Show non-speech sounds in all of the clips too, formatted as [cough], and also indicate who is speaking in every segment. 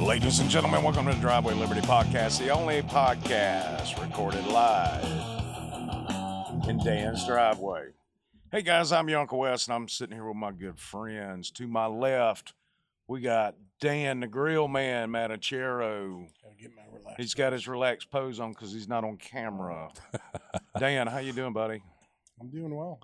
Speaker 1: Ladies and gentlemen, welcome to the Driveway Liberty Podcast, the only podcast recorded live in Dan's driveway. Hey guys, I'm your Uncle Wes, and I'm sitting here with my good friends. To my left, we got Dan the Grill Man Matachero.
Speaker 2: Gotta get my relax.
Speaker 1: He's got his relaxed pose on because he's not on camera. Dan, how you doing, buddy?
Speaker 2: I'm doing well.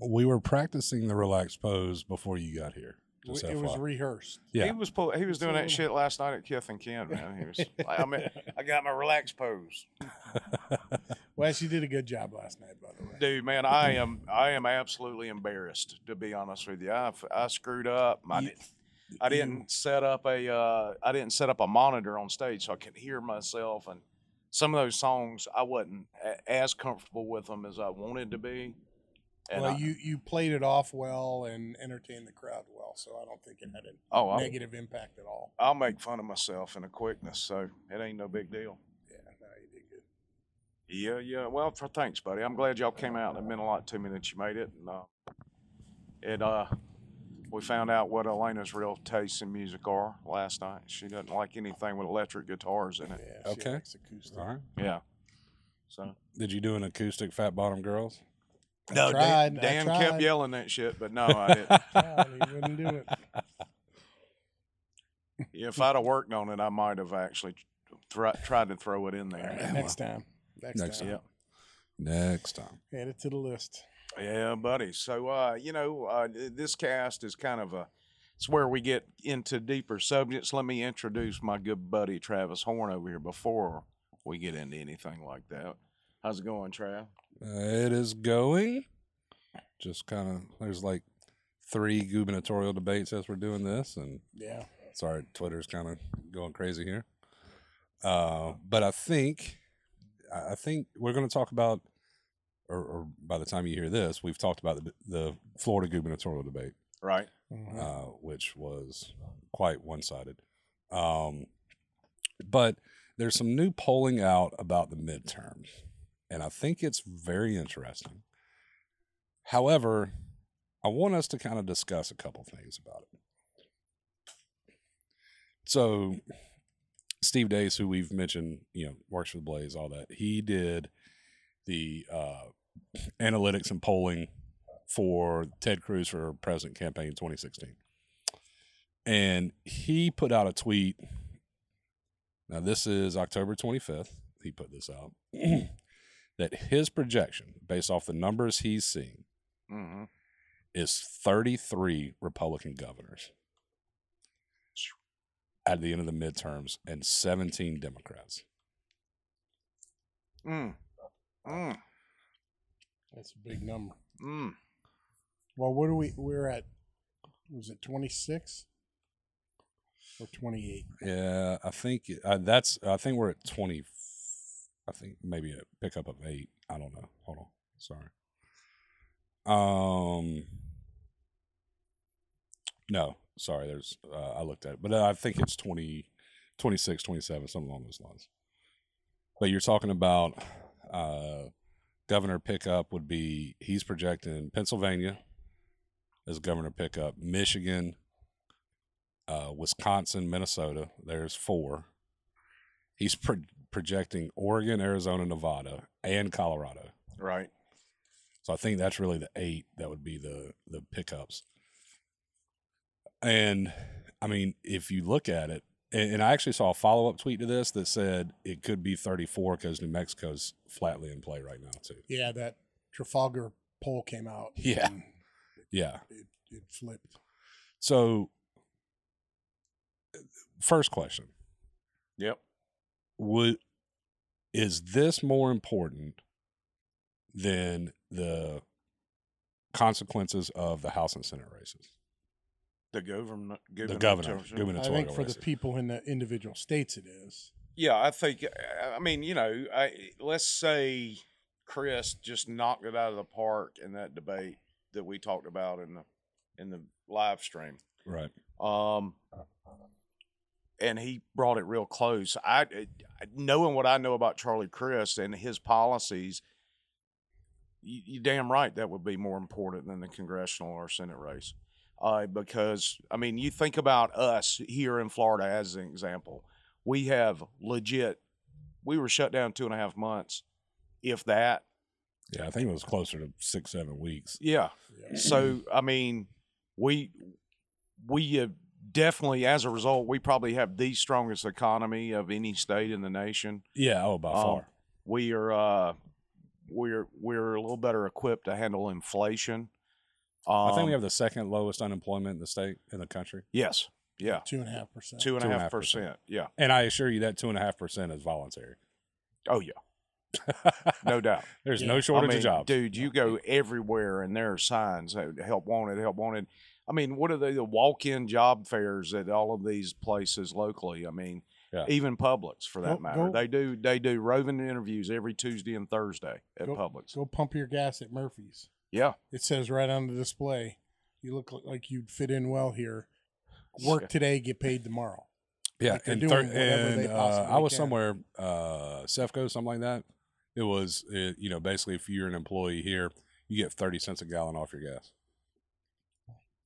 Speaker 3: We were practicing the relaxed pose before you got here.
Speaker 2: W-
Speaker 3: Just
Speaker 2: It was
Speaker 3: FYI.
Speaker 2: rehearsed.
Speaker 3: Yeah.
Speaker 1: He was pull, he was doing that
Speaker 2: Absolutely.
Speaker 1: shit last night at Kith and Ken, man. He was like, I, mean, I got my relaxed pose.
Speaker 2: Wes, you did a good job last night, by the way.
Speaker 1: Dude, man, I am I am absolutely embarrassed to be honest with you. I, f- I screwed up. I,
Speaker 3: You-
Speaker 1: did, I didn't set up a uh, I didn't set up a monitor on stage so I could hear myself and some of those songs I wasn't a- as comfortable with them as I wanted to be. And
Speaker 2: well,
Speaker 1: I-
Speaker 2: you you played it off well and entertained the crowd well, so I don't think it had a
Speaker 1: oh, I'll,
Speaker 2: negative impact at all.
Speaker 1: I'll make fun of myself in the quickness, so it ain't no big deal.
Speaker 2: Yeah, no, you did good.
Speaker 1: Yeah, yeah. Well, for, thanks, buddy. I'm glad y'all came out. It meant a lot to me that you made it. And uh, it, uh, we found out what Elena's real tastes in music are last night. She doesn't like anything with electric guitars in it.
Speaker 2: Yeah, she
Speaker 3: Okay.
Speaker 2: likes acoustic.
Speaker 3: All right.
Speaker 1: Yeah. So
Speaker 3: Did you do an acoustic Fat Bottom Girls?
Speaker 2: I
Speaker 1: no,
Speaker 2: tried, I
Speaker 1: Dan,
Speaker 2: tried.
Speaker 1: kept yelling that shit, but no, I
Speaker 2: [laughs]
Speaker 1: didn't.
Speaker 3: [laughs]
Speaker 2: Yeah, he wouldn't do it.
Speaker 1: if I'd have worked on it, I might have actually thr tried to throw it in
Speaker 2: All right,
Speaker 1: there.
Speaker 2: [laughs] next time. Next,
Speaker 3: Next
Speaker 2: time.
Speaker 1: Yeah.
Speaker 3: Next time.
Speaker 2: Add it to the list.
Speaker 1: Yeah, buddy. So, uh, you know, uh, th- this cast is kind of a, it's where we get into deeper subjects. Let me introduce my good buddy Travis Horn over here before we get into anything like that. How's it going, Trav?
Speaker 3: Uh, it is going. Just kind of, there's like three gubernatorial debates as we're doing this. And
Speaker 2: Yeah.
Speaker 3: sorry, Twitter's kind of going crazy here. Uh, but I think, I I think we're going to talk about, or, or by the time you hear this, we've talked about the, the Florida gubernatorial debate.
Speaker 1: Right.
Speaker 2: Mhm.
Speaker 3: uh, which was quite one sided. Um, but there's some new polling out about the midterms, and I think it's very interesting. However, I want us to kind of discuss a couple things about it. So, Steve Dace, who we've mentioned, you know, works for the Blaze, all that, he did the uh, analytics and polling for Ted Cruz for president campaign in 2016. And he put out a tweet. Now, this is October 25th. He put this out [clears throat] that his projection, based off the numbers he's seeing,
Speaker 1: Mm-hmm.
Speaker 3: is 33 Republican governors at the end of the midterms and 17 Democrats.
Speaker 1: Mm. Mm.
Speaker 2: That's a big number.
Speaker 1: Mm.
Speaker 2: Well, what are we? We're at, was it 26 or 28?
Speaker 3: Yeah, I think uh, that's. I think we're at twenty. I think maybe a pickup of eight. I don't know. Hold on. Sorry. Um. No, sorry. There's. Uh, I looked at it, but I think it's 20, 26, 27, something along those lines. But you're talking about uh, governor pickup would be. He's projecting Pennsylvania as governor pickup, Michigan, uh, Wisconsin, Minnesota. There's four. He's pro- projecting Oregon, Arizona, Nevada, and Colorado.
Speaker 1: Right.
Speaker 3: So I think that's really the eight that would be the the pickups. And I mean, if you look at it, and, and I actually saw a follow up tweet to this that said it could be 34 because New Mexico's flatly in play right now too.
Speaker 2: Yeah, that Trafalgar poll came out.
Speaker 3: [laughs] Yeah.
Speaker 2: and
Speaker 3: Yeah.
Speaker 2: It, it flipped.
Speaker 3: So, uh, first question:
Speaker 1: Yep.
Speaker 3: would is this more important than the consequences of the House and Senate races?
Speaker 1: The government.
Speaker 3: the governor,
Speaker 2: I
Speaker 3: gubernatorial
Speaker 2: think for
Speaker 3: races.
Speaker 2: the people in the individual states, it is.
Speaker 1: Yeah, I think. uh, I mean, you know, I, let's say Chris just knocked it out of the park in that debate that we talked about in the in the live stream.
Speaker 3: right?
Speaker 1: Um, and he brought it real close. I, I knowing what I know about Charlie Crist and his policies, you, you damn right that would be more important than the congressional or senate race. uh, because I mean, you think about us here in Florida as an example. We have legit. We were shut down two and a half months, if that.
Speaker 3: Yeah, I think it was closer to six, seven weeks.
Speaker 1: Yeah.
Speaker 2: Yeah.
Speaker 1: So I mean, we we uh, definitely, as a result, we probably have the strongest economy of any state in the nation.
Speaker 3: Yeah, oh, by
Speaker 1: Um,
Speaker 3: far.
Speaker 1: we are uh, we're we're a little better equipped to handle inflation. Um,
Speaker 3: I think we have the second lowest unemployment in the state in the country.
Speaker 1: yes, yeah,
Speaker 2: Two and a half percent.
Speaker 1: two and a
Speaker 3: Two
Speaker 1: half percent. Yeah.
Speaker 3: And I assure you that two and a half percent is voluntary.
Speaker 1: Oh yeah, no doubt.
Speaker 3: [laughs] There's
Speaker 2: Yeah.
Speaker 3: no
Speaker 1: I
Speaker 3: shortage
Speaker 1: mean,
Speaker 3: of jobs.
Speaker 1: dude. You go everywhere, and there are signs that help wanted, help wanted. I mean, what are they? The walk-in job fairs at all of these places locally. I mean,
Speaker 3: Yeah.
Speaker 1: even Publix for that
Speaker 2: Go-
Speaker 1: matter.
Speaker 2: go-
Speaker 1: They do they do roving interviews every Tuesday and Thursday at
Speaker 2: Go-
Speaker 1: Publix.
Speaker 2: Go pump your gas at Murphy's.
Speaker 1: Yeah,
Speaker 2: It says right on the display, you look li- like you'd fit in well here. Work today, get paid tomorrow.
Speaker 3: Yeah,
Speaker 2: Like, they're
Speaker 3: and,
Speaker 2: doing
Speaker 3: thir-
Speaker 2: whatever they
Speaker 3: and, uh, I
Speaker 2: possibly
Speaker 3: was
Speaker 2: can.
Speaker 3: somewhere, uh, Sefco, something like that. It was, it, you know, basically if you're an employee here, you get thirty cents a gallon off your gas.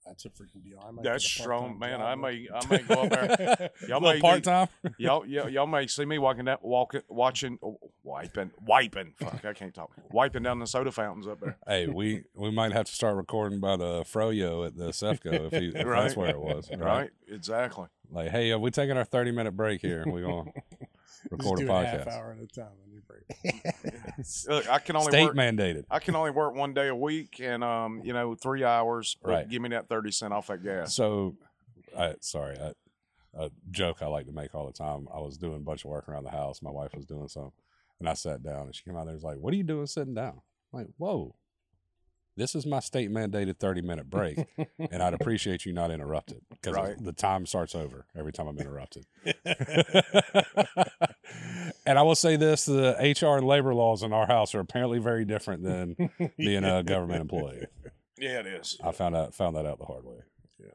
Speaker 2: That's a freaking deal. I might
Speaker 1: that's
Speaker 2: get a
Speaker 1: strong,
Speaker 2: part-time
Speaker 1: man.
Speaker 2: job
Speaker 1: I may
Speaker 2: with-
Speaker 1: I may go up there.
Speaker 2: [laughs]
Speaker 3: [laughs]
Speaker 1: Y'all
Speaker 3: Little
Speaker 1: may-
Speaker 3: part time.
Speaker 1: y'all, y'all, y'all may see me walking that, walking, watching, oh, wiping, wiping. Fuck, I can't talk. Wiping down the soda fountains up there.
Speaker 3: hey, we we might have to start recording by the froyo at the Sefco if, he, if
Speaker 1: Right.
Speaker 3: that's where it was. Right?
Speaker 1: Right? Exactly.
Speaker 3: Like, hey, uh, we're taking our thirty minute break here. We're [laughs] gonna
Speaker 2: Just
Speaker 3: record a
Speaker 2: do half
Speaker 3: podcast.
Speaker 2: hour at a time on your
Speaker 1: [laughs]
Speaker 2: break. [laughs]
Speaker 1: Look, I can only
Speaker 3: State
Speaker 1: work.
Speaker 3: mandated.
Speaker 1: I can only work one day a week, and um, you know, three hours. but
Speaker 3: Right.
Speaker 1: Give me that thirty cent off that gas.
Speaker 3: So, I sorry, I, a joke I like to make all the time. I was doing a bunch of work around the house. My wife was doing something, and I sat down, and she came out there and was like, "What are you doing sitting down?" I'm like, whoa, this is my state mandated thirty minute break, and I'd appreciate you not interrupted because
Speaker 1: Right.
Speaker 3: the time starts over every time I'm interrupted. [laughs] and I will say this: the HR and labor laws in our house are apparently very different than being a government employee.
Speaker 1: Yeah, it is.
Speaker 3: I found out found that out the hard way.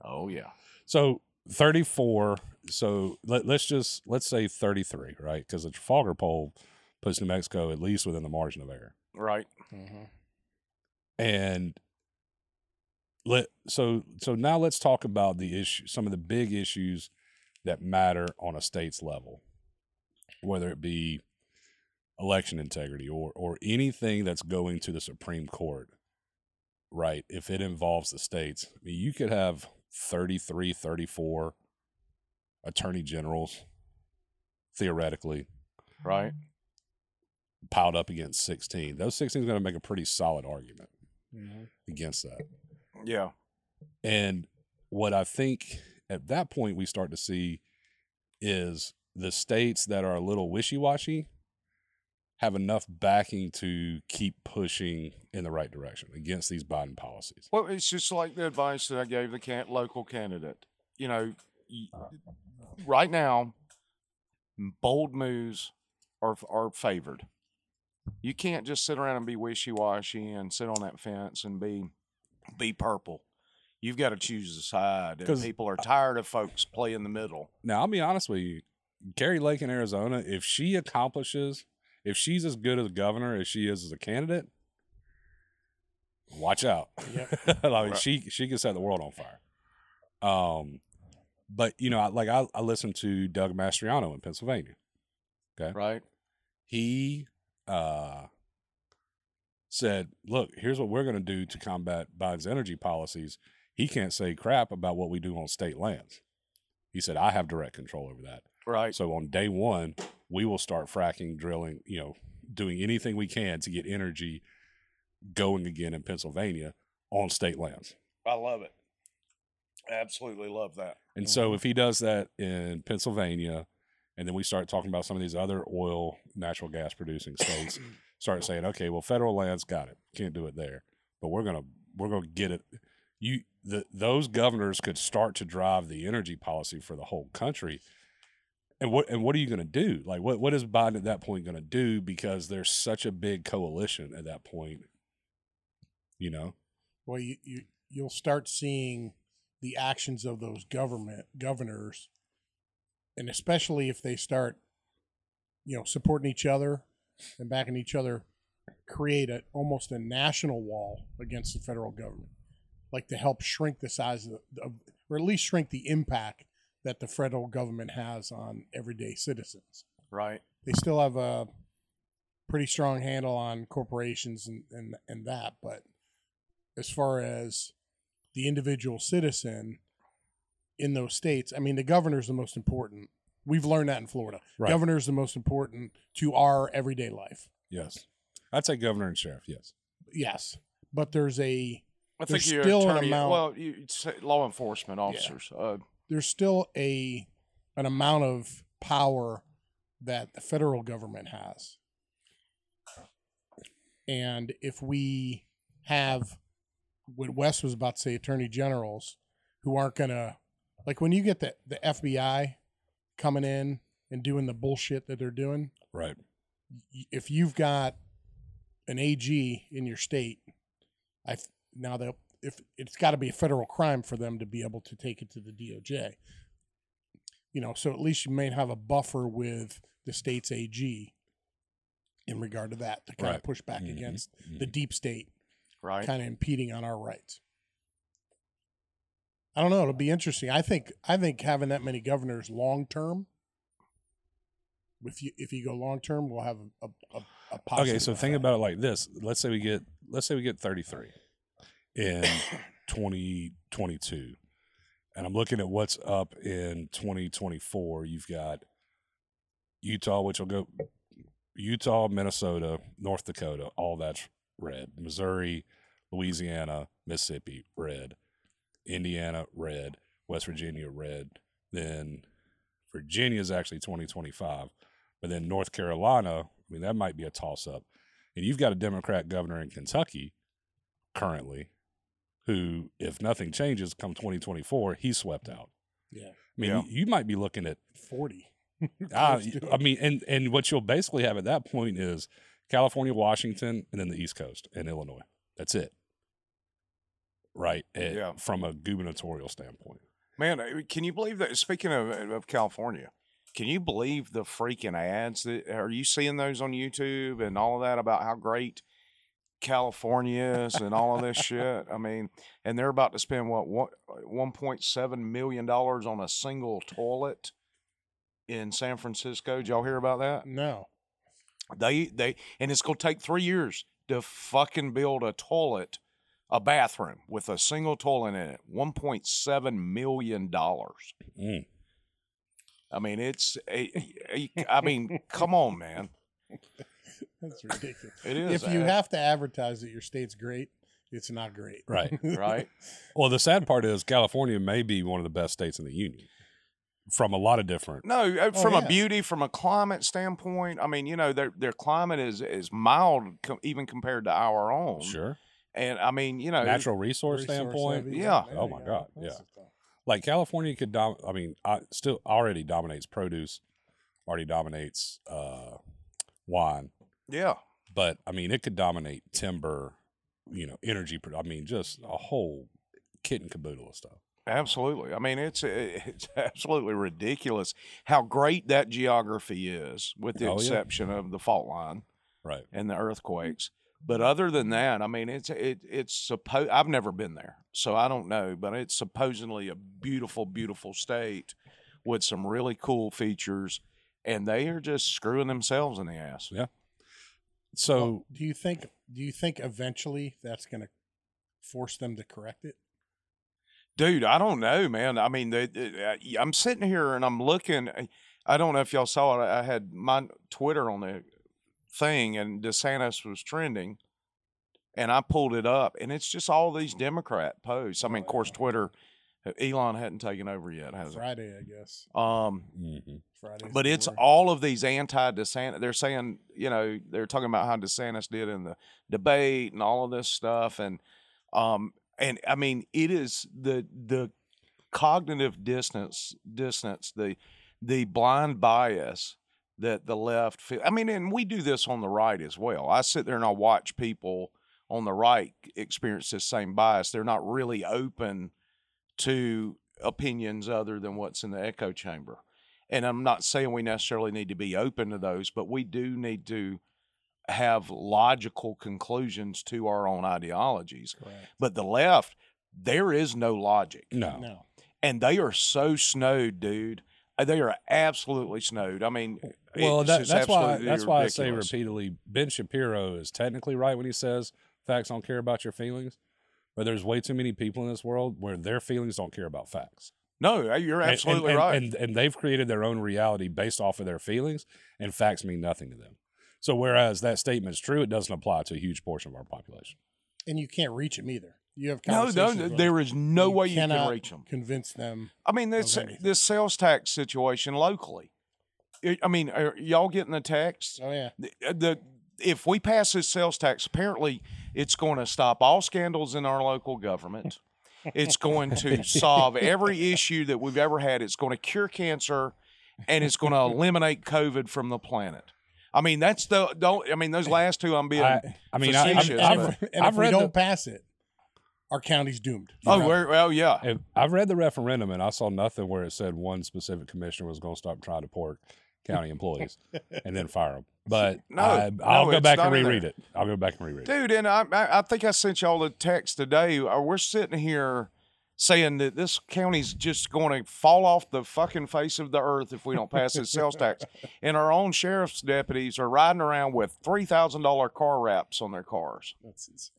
Speaker 1: Oh yeah.
Speaker 3: So 34. So let, let's just let's say 33, right? Because the Trafalgar poll puts New Mexico at least within the margin of error.
Speaker 1: Right.
Speaker 2: Mhm.
Speaker 3: And let so so now let's talk about the issue, some of the big issues that matter on a state's level, whether it be election integrity or or anything that's going to the Supreme Court, right? If it involves the states, I mean, you could have 33, 34 attorney generals theoretically
Speaker 1: Right.
Speaker 3: piled up against 16. Those 16 is going to make a pretty solid argument
Speaker 2: Mhm.
Speaker 3: against that.
Speaker 1: Yeah.
Speaker 3: And what I think at that point we start to see is the states that are a little wishy washy have enough backing to keep pushing in the right direction against these Biden policies.
Speaker 1: Well, it's just like the advice that I gave the can- local candidate. You know, y- right now, bold moves are are favored. You can't just sit around and be wishy washy and sit on that fence and be be purple. You've got to choose a side, and
Speaker 3: 'Cause-
Speaker 1: people are tired of folks playing the middle.
Speaker 3: Now, I'll be honest with you, Carrie Lake in Arizona, if she accomplishes, if she's as good as governor as she is as a candidate, watch out. [laughs]
Speaker 2: Yep.
Speaker 3: like
Speaker 1: Right.
Speaker 3: she she can set the world on fire. Um, but you know, I, like I, I listened to Doug Mastriano in Pennsylvania.
Speaker 1: Right?
Speaker 3: He uh said, "Look, here's what we're going to do to combat Biden's energy policies. He can't say crap about what we do on state lands." He said, "I have direct control over that."
Speaker 1: Right.
Speaker 3: So on day one, we will start fracking, drilling, you know, doing anything we can to get energy going again in Pennsylvania on state lands.
Speaker 1: I love it. Absolutely love that.
Speaker 3: And so if he does that in Pennsylvania, and then we start talking about some of these other oil, natural gas producing states, start saying, okay, well, federal lands got it, can't do it there, but we're gonna we're gonna get it. You the those governors could start to drive the energy policy for the whole country. And what and what are you gonna do? Like what what is Biden at that point gonna do? Because there's such a big coalition at that point. You know,
Speaker 2: Well, you, you you'll start seeing the actions of those government governors, and especially if they start, you know, supporting each other and backing each other, create a almost a national wall against the federal government. like to help shrink the size of, the, of or at least shrink the impact that the federal government has on everyday citizens.
Speaker 1: right?
Speaker 2: They still have a pretty strong handle on corporations and, and, and that, but as far as the individual citizen in those states, I mean, the governor's the most important. We've learned that in Florida.
Speaker 3: Right.
Speaker 2: Governor's the most important to our everyday life.
Speaker 3: Yes. I'd say governor and sheriff. Yes.
Speaker 2: Yes. But there's a
Speaker 1: I
Speaker 2: There's
Speaker 1: think you
Speaker 2: still an
Speaker 1: attorney,
Speaker 2: amount-
Speaker 1: well, you you'd say law enforcement officers. Uh,
Speaker 2: there's still a an amount of power that the federal government has. And if we have what Wes was about to say, attorney generals who aren't gonna like when you get the, the FBI coming in and doing the bullshit that they're doing,
Speaker 3: Right.
Speaker 2: y- if you've got an AG in your state, I th- now that if it's got to be a federal crime for them to be able to take it to the DOJ, you know, so at least you may have a buffer with the state's AG in regard to that to kind
Speaker 3: Right.
Speaker 2: of push back
Speaker 3: Mhm.
Speaker 2: against the deep state
Speaker 1: right.
Speaker 2: kind of impeding on our rights. I don't know. It'll be interesting. I think I think having that many governors long term, if you if you go long term, we'll have a, a, a, a positive.
Speaker 3: okay so think
Speaker 2: effect.
Speaker 3: about it like this let's say we get let's say we get 33 in 2022 and i'm looking at what's up in 2024 you've got utah which will go utah minnesota north dakota all that's red missouri louisiana mississippi red indiana red west virginia red then virginia is actually 2025 but then North Carolina, I mean, that might be a toss up. And you've got a Democrat governor in Kentucky currently who, if nothing changes come 2024, he's swept out.
Speaker 2: Yeah.
Speaker 3: I mean,
Speaker 1: Yeah.
Speaker 3: you, you might be
Speaker 1: [laughs]
Speaker 3: looking at,
Speaker 2: forty. [laughs]
Speaker 3: ah,
Speaker 2: Close to
Speaker 3: I
Speaker 2: it.
Speaker 3: mean, and, and what you'll basically have at that point is California, Washington, and then the East Coast and Illinois. That's it. Right. Eh,
Speaker 1: Yeah.
Speaker 3: From a
Speaker 1: [laughs]
Speaker 3: gubernatorial standpoint.
Speaker 1: Man, uh, can you believe that? Speaking of, uh, of California, can you believe the freaking ads that are you seeing those on YouTube and all of that about how great California is and all of [laughs] this shit? I mean, and they're about to spend what one one point seven million dollars on a single toilet in San Francisco. Did y'all hear about that?
Speaker 2: No,
Speaker 1: They they and it's gonna take three years to fucking build a toilet, a bathroom with a single toilet in it. One point seven million dollars.
Speaker 3: Mm.
Speaker 1: I mean, it's a, a-
Speaker 2: [laughs]
Speaker 1: I mean, come on, man.
Speaker 3: [laughs]
Speaker 2: that's ridiculous.
Speaker 1: It is.
Speaker 2: if you
Speaker 1: a-
Speaker 2: have to advertise that your state's great, it's not great.
Speaker 3: Right.
Speaker 1: right,
Speaker 3: Well, the sad part is California may be one of the best states in the union from a lot of different.
Speaker 1: no, uh,
Speaker 2: Oh,
Speaker 1: from
Speaker 2: yeah.
Speaker 1: a beauty, from a climate standpoint, I mean, you know, their their climate is is mild com- even compared to our own.
Speaker 3: Sure.
Speaker 1: And I mean, you know,
Speaker 3: Natural resource,
Speaker 2: Resource
Speaker 3: standpoint.
Speaker 2: heavy,
Speaker 1: yeah.
Speaker 2: there
Speaker 3: Oh
Speaker 2: you
Speaker 3: my
Speaker 2: go.
Speaker 3: God,
Speaker 2: That's
Speaker 3: yeah.
Speaker 2: the stuff.
Speaker 3: Like California could dom- I mean, I still already dominates produce, already dominates uh, wine,
Speaker 1: yeah,
Speaker 3: but I mean, it could dominate timber, you know, energy. Pro- I mean, just a whole kit and caboodle of stuff.
Speaker 1: Absolutely. I mean, it's eh, [laughs] it's absolutely ridiculous how great that geography is, with the
Speaker 3: Oh, yeah. Mm.
Speaker 1: exception of the fault line
Speaker 3: Right.
Speaker 1: and the earthquakes. But other than that, I mean, it's it it's supposed. I've never been there, so I don't know. But it's supposedly a beautiful, beautiful state with some really cool features, and they are just screwing themselves in the ass.
Speaker 3: So
Speaker 2: Do you think? Do you think eventually that's going to force them to correct it?
Speaker 1: Dude, I don't know, man. I mean, they, they- uh, y- I'm sitting here and I'm looking. I- I don't know if y'all saw it. I had my Twitter on the thing, and DeSantis was trending, and I pulled it up, and it's just all these Democrat posts. I mean, of course, Twitter, uh, Elon hadn't taken over yet, has it?
Speaker 2: Friday, I guess.
Speaker 1: Um,
Speaker 3: mhm.
Speaker 2: Friday.
Speaker 1: but it's all of these anti DeSantis. They're saying, you know, they're talking about how DeSantis did in the debate and all of this stuff, and um, and I mean, it is the the cognitive distance, distance, the the blind bias that the left. Feel. I mean, and we do this on the right as well. I sit there and I watch people on the right experience this same bias. They're not really open to opinions other than what's in the echo chamber. And I'm not saying we necessarily need to be open to those, but we do need to have logical conclusions to our own ideologies.
Speaker 2: Correct.
Speaker 1: But the left, There is no logic.
Speaker 3: No.
Speaker 2: No.
Speaker 1: And they are so snowed, dude. Uh, They are absolutely snowed. I mean,
Speaker 3: Well,
Speaker 1: it's
Speaker 3: that,
Speaker 1: just
Speaker 3: that's why
Speaker 1: absolutely
Speaker 3: that's why I say
Speaker 1: ridiculous.
Speaker 3: repeatedly, Ben Shapiro is technically right when he says facts don't care about your feelings, but there's way too many people in this world where their feelings don't care about facts.
Speaker 1: No, uh, you're
Speaker 3: And- and-
Speaker 1: absolutely
Speaker 3: and-
Speaker 1: right.
Speaker 3: And, and they've created their own reality based off of their feelings, and facts mean nothing to them. So whereas that statement's true, it doesn't apply to a huge portion of our population.
Speaker 2: And you can't reach them either. You have
Speaker 1: no,
Speaker 2: conversations.
Speaker 1: no,
Speaker 2: with them.
Speaker 1: there is no way you can
Speaker 2: cannot
Speaker 1: reach them.
Speaker 2: Convince them.
Speaker 1: I mean, this
Speaker 2: anything.
Speaker 1: this sales tax situation locally. I- I mean, are y'all getting the tax?
Speaker 2: Oh yeah.
Speaker 1: The, uh, the if we pass this sales tax, apparently it's going to stop all scandals in our local government. It's going to solve every issue that we've ever had. It's going to cure cancer, and it's going to eliminate COVID from the planet. I mean, that's the don't. I mean, those last two, I'm being.
Speaker 3: I, I mean, I,
Speaker 1: facetious,
Speaker 3: I've,
Speaker 2: and,
Speaker 1: I've-
Speaker 2: if-
Speaker 3: I've,
Speaker 2: and
Speaker 3: I've
Speaker 2: if we
Speaker 3: read
Speaker 2: don't
Speaker 3: the,
Speaker 2: pass it, our county's doomed.
Speaker 1: oh,
Speaker 2: Forever.
Speaker 1: we're- well, yeah.
Speaker 3: if- I've read the referendum, and I saw nothing where it said one specific commissioner was going to stop trying to pork
Speaker 1: [laughs]
Speaker 3: county employees and then fire them. But
Speaker 1: No,
Speaker 3: I,
Speaker 1: no,
Speaker 3: I'll go
Speaker 1: it's
Speaker 3: back and
Speaker 1: not in there.
Speaker 3: reread it. I'll go back and reread it.
Speaker 1: dude. And I, I, I think I sent y'all a text today. Uh, We're sitting here saying that this county's just going to fall off the fucking face of the earth if we don't pass this sales
Speaker 2: [laughs]
Speaker 1: tax. And our own sheriff's deputies are riding around with three thousand dollar car wraps on their cars.
Speaker 2: That's insane.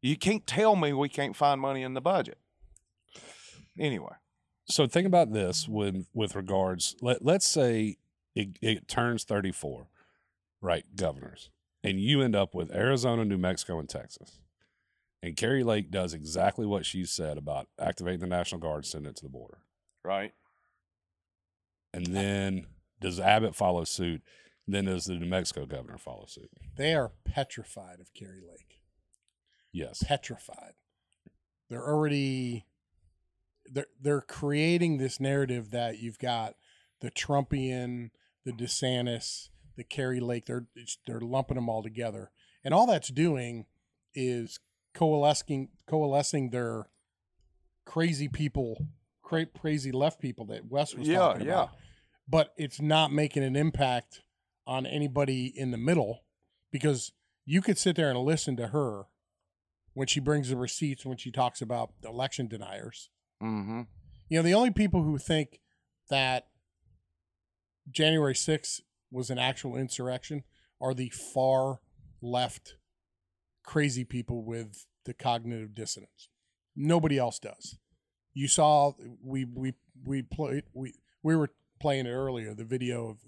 Speaker 1: You can't tell me we can't find money in the budget. Anyway,
Speaker 3: So think about this with with regards. Let let's say it, it turns thirty four, right? Governors, and you end up with Arizona, New Mexico, and Texas. And Carrie Lake does exactly what she said about activating the National Guard, send it to the border.
Speaker 1: right?
Speaker 3: And then does Abbott follow suit? Then does the New Mexico governor follow suit?
Speaker 2: They are petrified of Carrie Lake.
Speaker 3: Yes.
Speaker 2: Petrified. They're already they're they're creating this narrative that you've got the Trumpian, the DeSantis, the Carrie Lake. They're it's- they're lumping them all together, and all that's doing is coalescing coalescing their crazy people, cra- crazy left people that Wes was
Speaker 1: Yeah,
Speaker 2: talking
Speaker 1: yeah.
Speaker 2: about. But it's not making an impact on anybody in the middle because you could sit there and listen to her when she brings the receipts when she talks about the election deniers
Speaker 1: Mm-hmm.
Speaker 2: you know, the only people who think that January 6th was an actual insurrection are the far left crazy people with the cognitive dissonance. Nobody else does. You saw we we we played we we were playing it earlier. The video of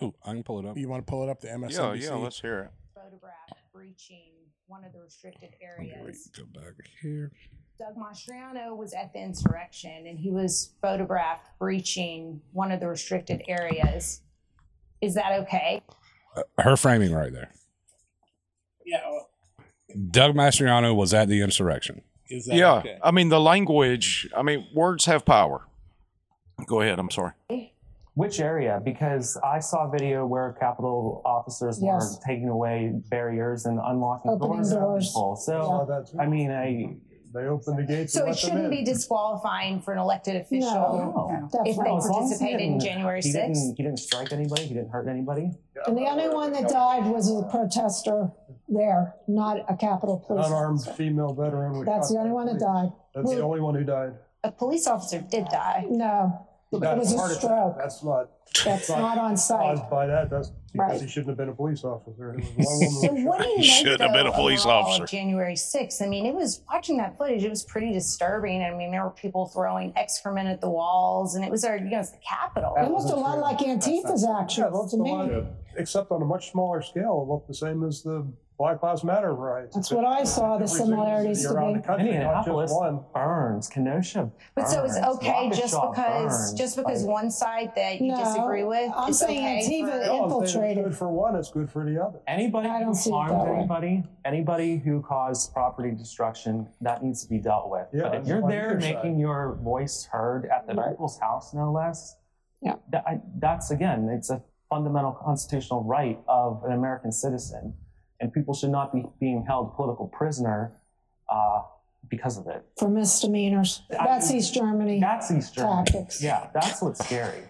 Speaker 3: Oh, I can pull it up.
Speaker 2: you want to pull it up the
Speaker 1: Yeah,
Speaker 2: MSNBC.
Speaker 1: yeah. Let's hear it.
Speaker 4: photograph breaching one of the restricted
Speaker 3: Wait,
Speaker 4: areas.
Speaker 3: go back here.
Speaker 4: Doug Mastriano was at the insurrection and he was photographed breaching one of the restricted areas. Is that okay?
Speaker 3: Uh, Her framing right there.
Speaker 2: yeah,
Speaker 3: Doug Mastriano was at the insurrection.
Speaker 2: is that
Speaker 1: Yeah,
Speaker 2: okay?
Speaker 1: I mean the language. I mean words have power. Go ahead. I'm sorry.
Speaker 5: Which area? Because I saw video where Capitol officers
Speaker 4: Yes.
Speaker 5: were taking away barriers and unlocking
Speaker 4: Opening
Speaker 5: doors. on
Speaker 4: doors.
Speaker 5: people. So, I mean, I
Speaker 6: They opened the gates.
Speaker 4: So it shouldn't be disqualifying for an elected official if they
Speaker 5: No, as long as he
Speaker 4: participated in
Speaker 5: didn't-
Speaker 4: January
Speaker 5: he didn't,
Speaker 4: sixth.
Speaker 5: he didn't strike anybody. He didn't hurt anybody.
Speaker 7: And the only one that died was a protester there, not a Capitol police.
Speaker 6: Unarmed
Speaker 7: officer.
Speaker 6: female veteran. was
Speaker 7: That's
Speaker 6: shot
Speaker 7: the only
Speaker 6: by
Speaker 7: one that
Speaker 6: police.
Speaker 7: died.
Speaker 6: That's the
Speaker 7: Well-
Speaker 6: only one who died.
Speaker 4: A police officer did die.
Speaker 7: No, it
Speaker 6: That's
Speaker 7: was
Speaker 6: part
Speaker 7: a
Speaker 6: of it.
Speaker 7: stroke.
Speaker 6: [laughs] That's not
Speaker 7: That's not on site.
Speaker 6: caused by that. That's because
Speaker 7: Right.
Speaker 6: he shouldn't have been a police officer. It was one
Speaker 4: So
Speaker 6: woman.
Speaker 4: what do you
Speaker 1: [laughs] He
Speaker 4: make
Speaker 1: should have been a
Speaker 4: though,
Speaker 1: police
Speaker 4: overall, of
Speaker 1: officer.
Speaker 4: January 6th. I mean, it was watching that footage. It was pretty disturbing. I mean, there were people throwing excrement at the walls, and it was our, you know, it's the Capitol.
Speaker 7: It looked a lot like Antifa's
Speaker 6: Yeah, it
Speaker 7: actions
Speaker 6: looked
Speaker 7: to
Speaker 6: a lot,
Speaker 7: me.
Speaker 6: except on a much smaller scale. It looked the same as the Black Lives Matter riots.
Speaker 7: That's what I saw, the
Speaker 6: Every single
Speaker 7: similarities
Speaker 6: city
Speaker 7: to
Speaker 6: around
Speaker 7: me.
Speaker 6: the country, not
Speaker 5: Minneapolis
Speaker 6: just one.
Speaker 5: burns. Kenosha.
Speaker 4: But so it's
Speaker 5: burns,
Speaker 4: okay
Speaker 5: Waukesha
Speaker 4: just because
Speaker 5: burns.
Speaker 4: just because
Speaker 5: Like,
Speaker 4: one side that you
Speaker 7: No,
Speaker 4: disagree with
Speaker 7: I'm
Speaker 4: is
Speaker 7: saying
Speaker 4: okay for-
Speaker 7: Antifa-
Speaker 6: No, I'm saying
Speaker 7: Infiltrated.
Speaker 6: it's good for one, it's good for the other.
Speaker 5: Anybody
Speaker 7: I
Speaker 5: who
Speaker 7: don't see it that
Speaker 5: harmed
Speaker 7: way.
Speaker 5: anybody, anybody who caused property destruction, that needs to be dealt with.
Speaker 6: Yeah,
Speaker 5: but if
Speaker 6: that's
Speaker 5: you're
Speaker 6: on
Speaker 5: there
Speaker 6: your side.
Speaker 5: making your voice heard at the people's house, no less,
Speaker 7: Yeah.
Speaker 5: that, I, that's again, it's a fundamental constitutional right of an American citizen, and people should not be being held political prisoner uh, because of it.
Speaker 7: for misdemeanors. That's East Germany.
Speaker 5: That's East Germany.
Speaker 7: Tactics.
Speaker 5: Yeah, that's what's scary.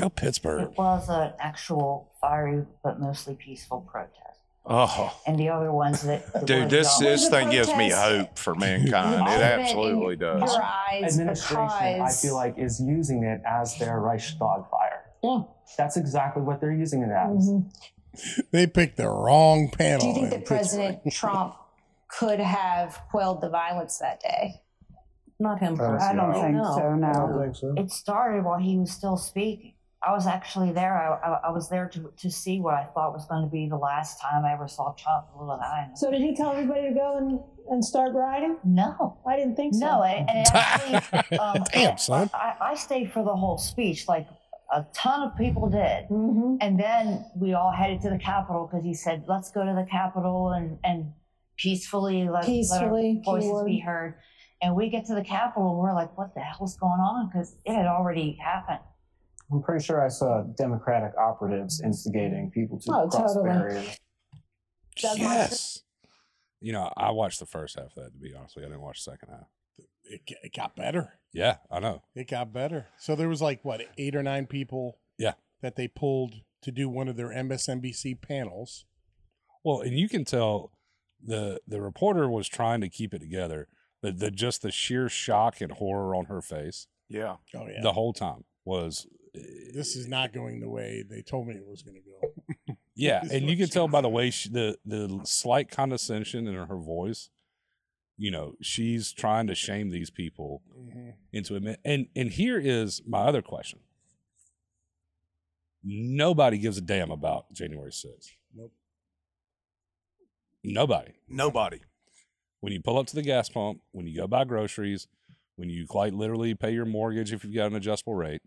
Speaker 3: Go Pittsburgh.
Speaker 8: It was an actual fiery but mostly peaceful protest.
Speaker 2: Uh-huh.
Speaker 1: Oh,
Speaker 8: and the other ones that. the
Speaker 1: [laughs] dude,
Speaker 8: ones
Speaker 1: this
Speaker 8: that-
Speaker 1: this
Speaker 4: Was it
Speaker 1: thing gives me
Speaker 4: protest?
Speaker 1: hope
Speaker 4: [laughs]
Speaker 1: for mankind.
Speaker 4: All
Speaker 1: It
Speaker 4: of in
Speaker 1: absolutely does.
Speaker 4: Your eyes,
Speaker 5: administration, I
Speaker 4: because
Speaker 5: feel like, is using it as their Reichstag fire.
Speaker 7: Yeah.
Speaker 5: That's exactly what they're using it as.
Speaker 7: Mhm.
Speaker 2: They picked the wrong panel.
Speaker 4: do you think
Speaker 2: in
Speaker 4: that
Speaker 5: [laughs]
Speaker 4: President Trump could have quelled the violence that day?
Speaker 8: Not him
Speaker 6: Uh,
Speaker 8: personally.
Speaker 6: I don't
Speaker 8: no.
Speaker 6: think
Speaker 7: so,
Speaker 6: I
Speaker 7: no.
Speaker 6: don't think so.
Speaker 8: It started while he was still speaking. I was actually there. I, I, I was there to, to see what I thought was going to be the last time I ever saw Trump in Little Island.
Speaker 7: So did he tell everybody to go and, and start riding?
Speaker 8: no.
Speaker 7: I didn't think so.
Speaker 8: No, and,
Speaker 7: [laughs]
Speaker 8: and
Speaker 2: [laughs]
Speaker 8: actually, um,
Speaker 2: Damn, son.
Speaker 8: I, I stayed for the whole speech, like a ton of people did.
Speaker 7: hmm
Speaker 8: And then we all headed to the Capitol because he said, let's go to the Capitol and, and peacefully let,
Speaker 7: Peacefully,
Speaker 8: let our voices
Speaker 7: keyword.
Speaker 8: be heard. And we get to the Capitol and we're like, what the hell's going on? Because it had already happened.
Speaker 5: I'm pretty sure I saw Democratic operatives instigating people to
Speaker 7: Oh,
Speaker 5: cross
Speaker 7: totally.
Speaker 5: barriers.
Speaker 8: Does my-
Speaker 3: Yes. You know, I watched the first half of that, to be honest with you. I didn't watch the second half.
Speaker 2: It, g- it got better.
Speaker 3: Yeah, I know.
Speaker 2: It got better. So there was like what eight or nine people.
Speaker 3: Yeah.
Speaker 2: That they pulled to do one of their MSNBC panels.
Speaker 3: Well, and you can tell the the reporter was trying to keep it together, but the just the sheer shock and horror on her face
Speaker 1: Yeah.
Speaker 2: Oh yeah.
Speaker 3: the whole time was eh,
Speaker 2: this is not going the way they told me it was going to go.
Speaker 3: yeah,
Speaker 2: this is
Speaker 3: and
Speaker 2: what
Speaker 3: you can
Speaker 2: she
Speaker 3: tell by
Speaker 2: was
Speaker 3: the
Speaker 2: like.
Speaker 3: way she, the the slight condescension in her voice. You know, she's trying to shame these people
Speaker 2: Mm-hmm.
Speaker 3: into admit. And and here is my other question. Nobody gives a damn about January 6th.
Speaker 2: Nope.
Speaker 3: Nobody.
Speaker 1: Nobody.
Speaker 3: When you pull up to the gas pump, when you go buy groceries, when you quite literally pay your mortgage if you've got an adjustable rate,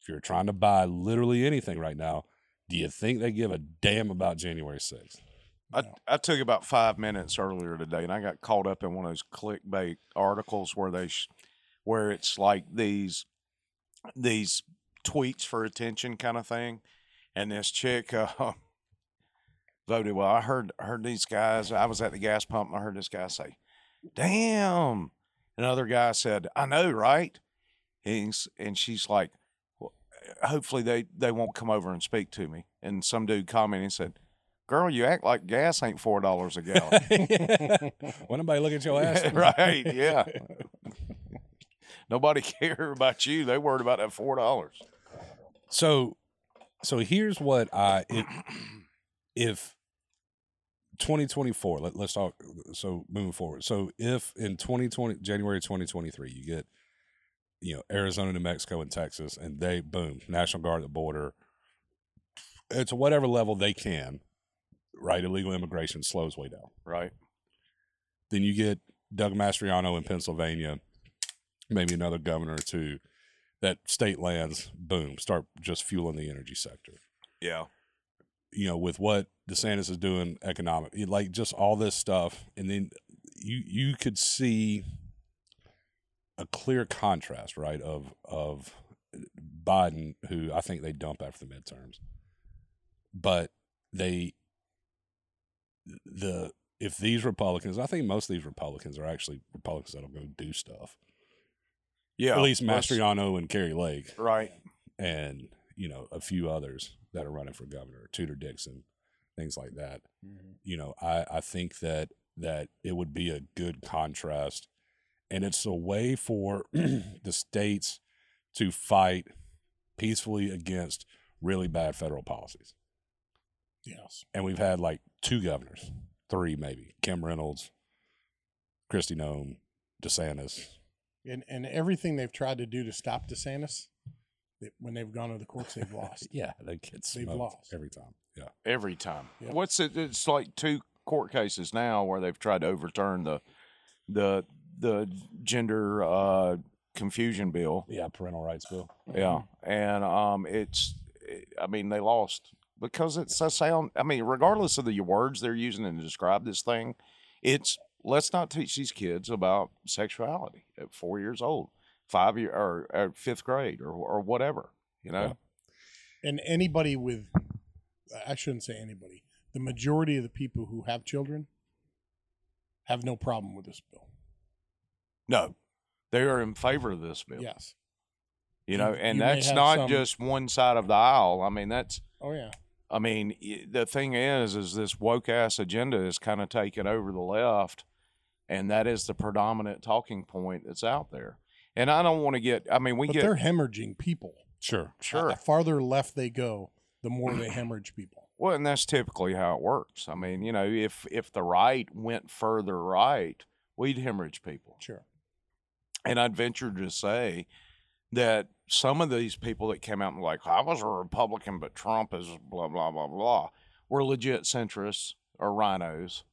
Speaker 3: if you're trying to buy literally anything right now, do you think they give a damn about January [laughs] 6th?
Speaker 1: I,
Speaker 2: No.
Speaker 1: I took about five minutes earlier today, and I got caught up in one of those clickbait articles where they, sh- where it's like these, these tweets for attention kind of thing, and this chick [laughs] uh, voted. Well, I heard heard these guys. I was at the gas pump, and I heard this guy say, "Damn," another guy said, "I know, right?" And he's- and she's like, well, "Hopefully they they won't come over and speak to me." And some dude commented and said girl, you act like gas ain't four dollars a gallon.
Speaker 3: [laughs] When nobody look at your ass? [laughs]
Speaker 1: right? Yeah. Nobody [laughs] care about you. They worried about that four dollars.
Speaker 3: So, so here's what I it, [clears throat] if 2024. Let, let's talk. So moving forward. So if in 2020 January 2023 you get you know Arizona, New Mexico, and Texas, and they boom National Guard at the border. It's whatever level they can, right? Illegal immigration slows way down.
Speaker 1: Right.
Speaker 3: Then you get Doug Mastriano in Pennsylvania, maybe another governor or two. That state lands, boom, start just fueling the energy sector.
Speaker 1: Yeah.
Speaker 3: You know, with what DeSantis is doing economic, it- like just all this stuff, and then you you could see a clear contrast, right? Of of Biden, who I think they dump after the midterms, but they the if these Republicans, I think most of these Republicans are actually Republicans that'll go do stuff.
Speaker 1: Yeah.
Speaker 3: At least
Speaker 1: Let's-
Speaker 3: Mastriano and Kerry Lake
Speaker 1: Right.
Speaker 3: and you know a few others that are running for governor, Tudor Dixon, things like that. You know, I I think that that it would be a good contrast, and it's a way for [clears throat] the states to fight peacefully against really bad federal policies.
Speaker 2: Yes.
Speaker 3: And we've had like two governors, three maybe, Kim Reynolds, Christy Nome, DeSantis.
Speaker 2: And and everything they've tried to do to stop DeSantis, that when they've gone to the courts, they've lost.
Speaker 3: [laughs] Yeah, they get smoked
Speaker 2: lost.
Speaker 3: every time. Yeah.
Speaker 1: Every time.
Speaker 2: Yeah.
Speaker 1: What's it? It's like two court cases now where they've tried to overturn the, the the gender uh, confusion bill.
Speaker 3: Yeah, parental rights bill.
Speaker 1: Yeah. And um, it's. I mean, they lost because it's a sound. I mean, regardless of the words they're using to describe this thing, it's let's not teach these kids about sexuality at four years old, five year or, or fifth grade or or whatever. You know,
Speaker 3: Yeah.
Speaker 2: And anybody with, I shouldn't say anybody. The majority of the people who have children have no problem with this bill.
Speaker 1: no, they are in favor of this bill.
Speaker 2: Yes.
Speaker 1: You know,
Speaker 2: You-
Speaker 1: and
Speaker 2: you may
Speaker 1: that's
Speaker 2: have
Speaker 1: not
Speaker 2: some-
Speaker 1: just one side of the aisle. I mean, that's
Speaker 2: Oh yeah.
Speaker 1: I mean, y- the thing is, is this woke ass agenda is kind of taking over the left, and that is the predominant talking point that's out there. And I don't want to get. I mean, we
Speaker 2: but
Speaker 1: get
Speaker 2: they're hemorrhaging people.
Speaker 3: Sure.
Speaker 2: [laughs]
Speaker 1: sure.
Speaker 2: Uh, The farther left they go, the more they hemorrhage people.
Speaker 1: Well, and that's typically how it works. I mean, you know, if if the right went further right, we'd hemorrhage people.
Speaker 2: Sure.
Speaker 1: And I'd venture to say that some of these people that came out and like, I was a Republican, but Trump is blah blah blah blah, were legit centrists or rhinos,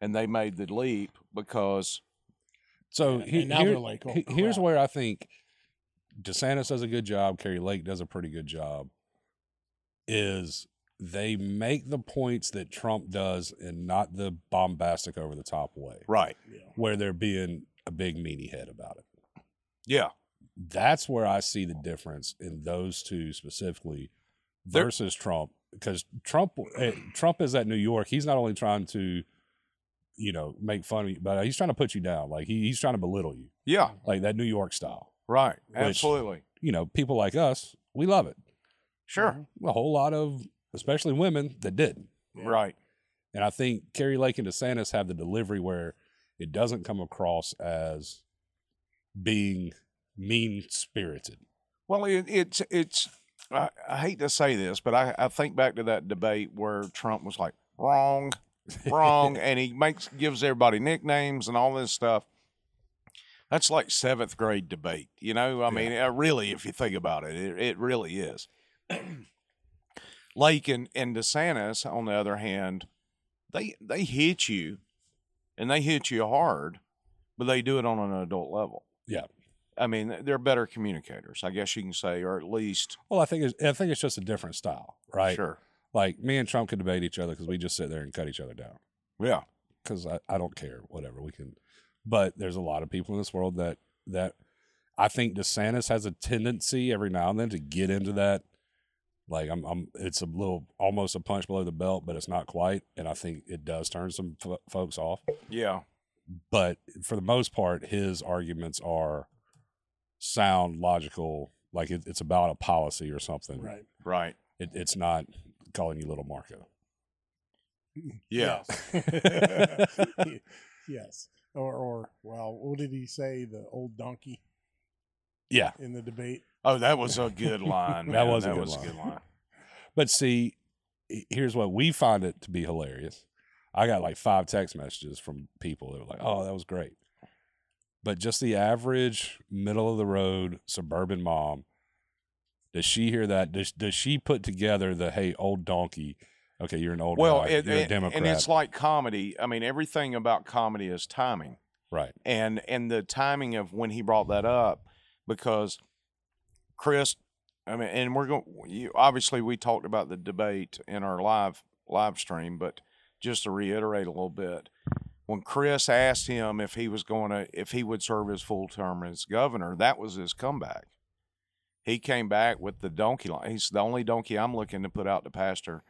Speaker 1: and they made the leap because
Speaker 3: So
Speaker 2: And-
Speaker 3: he-
Speaker 2: and now
Speaker 3: here-
Speaker 2: they're like, oh,
Speaker 3: he- here's
Speaker 2: crap.
Speaker 3: where I think DeSantis does a good job. Kerry Lake does a pretty good job. Is they make the points that Trump does and not the bombastic over the top way,
Speaker 1: right,
Speaker 3: where they're being a big meanie head about it.
Speaker 1: yeah,
Speaker 3: That's where I see the difference in those two specifically
Speaker 1: They're-
Speaker 3: versus Trump, because Trump eh, Trump is at New York. He's not only trying to, you know, make fun of you, but he's trying to put you down. Like he, he's trying to belittle you
Speaker 1: yeah,
Speaker 3: like that New York style.
Speaker 1: right,
Speaker 3: Which-
Speaker 1: absolutely,
Speaker 3: You know, people like us, we love it.
Speaker 1: sure,
Speaker 3: A whole lot of, especially women, that didn't.
Speaker 1: right,
Speaker 3: And I think Kerry Lake and DeSantis have the delivery where it doesn't come across as being mean spirited.
Speaker 1: Well, it, it's it's. I, I hate to say this, but I, I think back to that debate where Trump was like wrong, wrong, and he makes gives everybody nicknames and all this stuff. That's like seventh grade debate, you know. I mean, uh, really, if you think about it, it, it really is. Lake and, and DeSantis, on the other hand, they they hit you, and they hit you hard, but they do it on an adult level.
Speaker 3: Yeah.
Speaker 1: I mean, they're better communicators, I guess you can say, or at least
Speaker 3: Well, I think it's, I think it's just a different style, right?
Speaker 1: sure,
Speaker 3: Like me and Trump could debate each other because we just sit there and cut each other down.
Speaker 1: yeah,
Speaker 3: because I, I don't care whatever we can but there's a lot of people in this world that that i think desantis has a tendency every now and then to get into that like i'm, I'm it's a little almost a punch below the belt but it's not quite and i think it does turn some f- folks off
Speaker 1: yeah,
Speaker 3: but for the most part his arguments are sound logical like it, it's about a policy or something
Speaker 2: Right.
Speaker 1: right,
Speaker 3: it, it's not calling you little marco
Speaker 1: yeah,
Speaker 3: [laughs]
Speaker 2: [laughs] Yes. yes. Or, or, well, what did he say? The old donkey
Speaker 3: yeah
Speaker 2: in the debate?
Speaker 1: Oh, that was a good line.
Speaker 3: [laughs] That
Speaker 1: man.
Speaker 3: was a good
Speaker 1: a
Speaker 3: line.
Speaker 1: good line.
Speaker 3: But see, he- here's what we find it to be hilarious. I got like five text messages from people that were like, "Oh, that was great," but just the average middle of the road suburban mom. Does she hear that? Does does she put together the "Hey, old donkey"? Okay, you're an old
Speaker 1: Well,
Speaker 3: guy,
Speaker 1: it,
Speaker 3: you're a
Speaker 1: it-
Speaker 3: Democrat,
Speaker 1: and it's like comedy. I mean, everything about comedy is timing.
Speaker 3: right?
Speaker 1: and and the timing of when he brought that up because Chris I mean and we're going you obviously we talked about the debate in our live live stream but just to reiterate a little bit when Chris asked him if he was going to if he would serve his full term as governor that was his comeback he came back with the donkey line he's the only donkey I'm looking to put out to pasture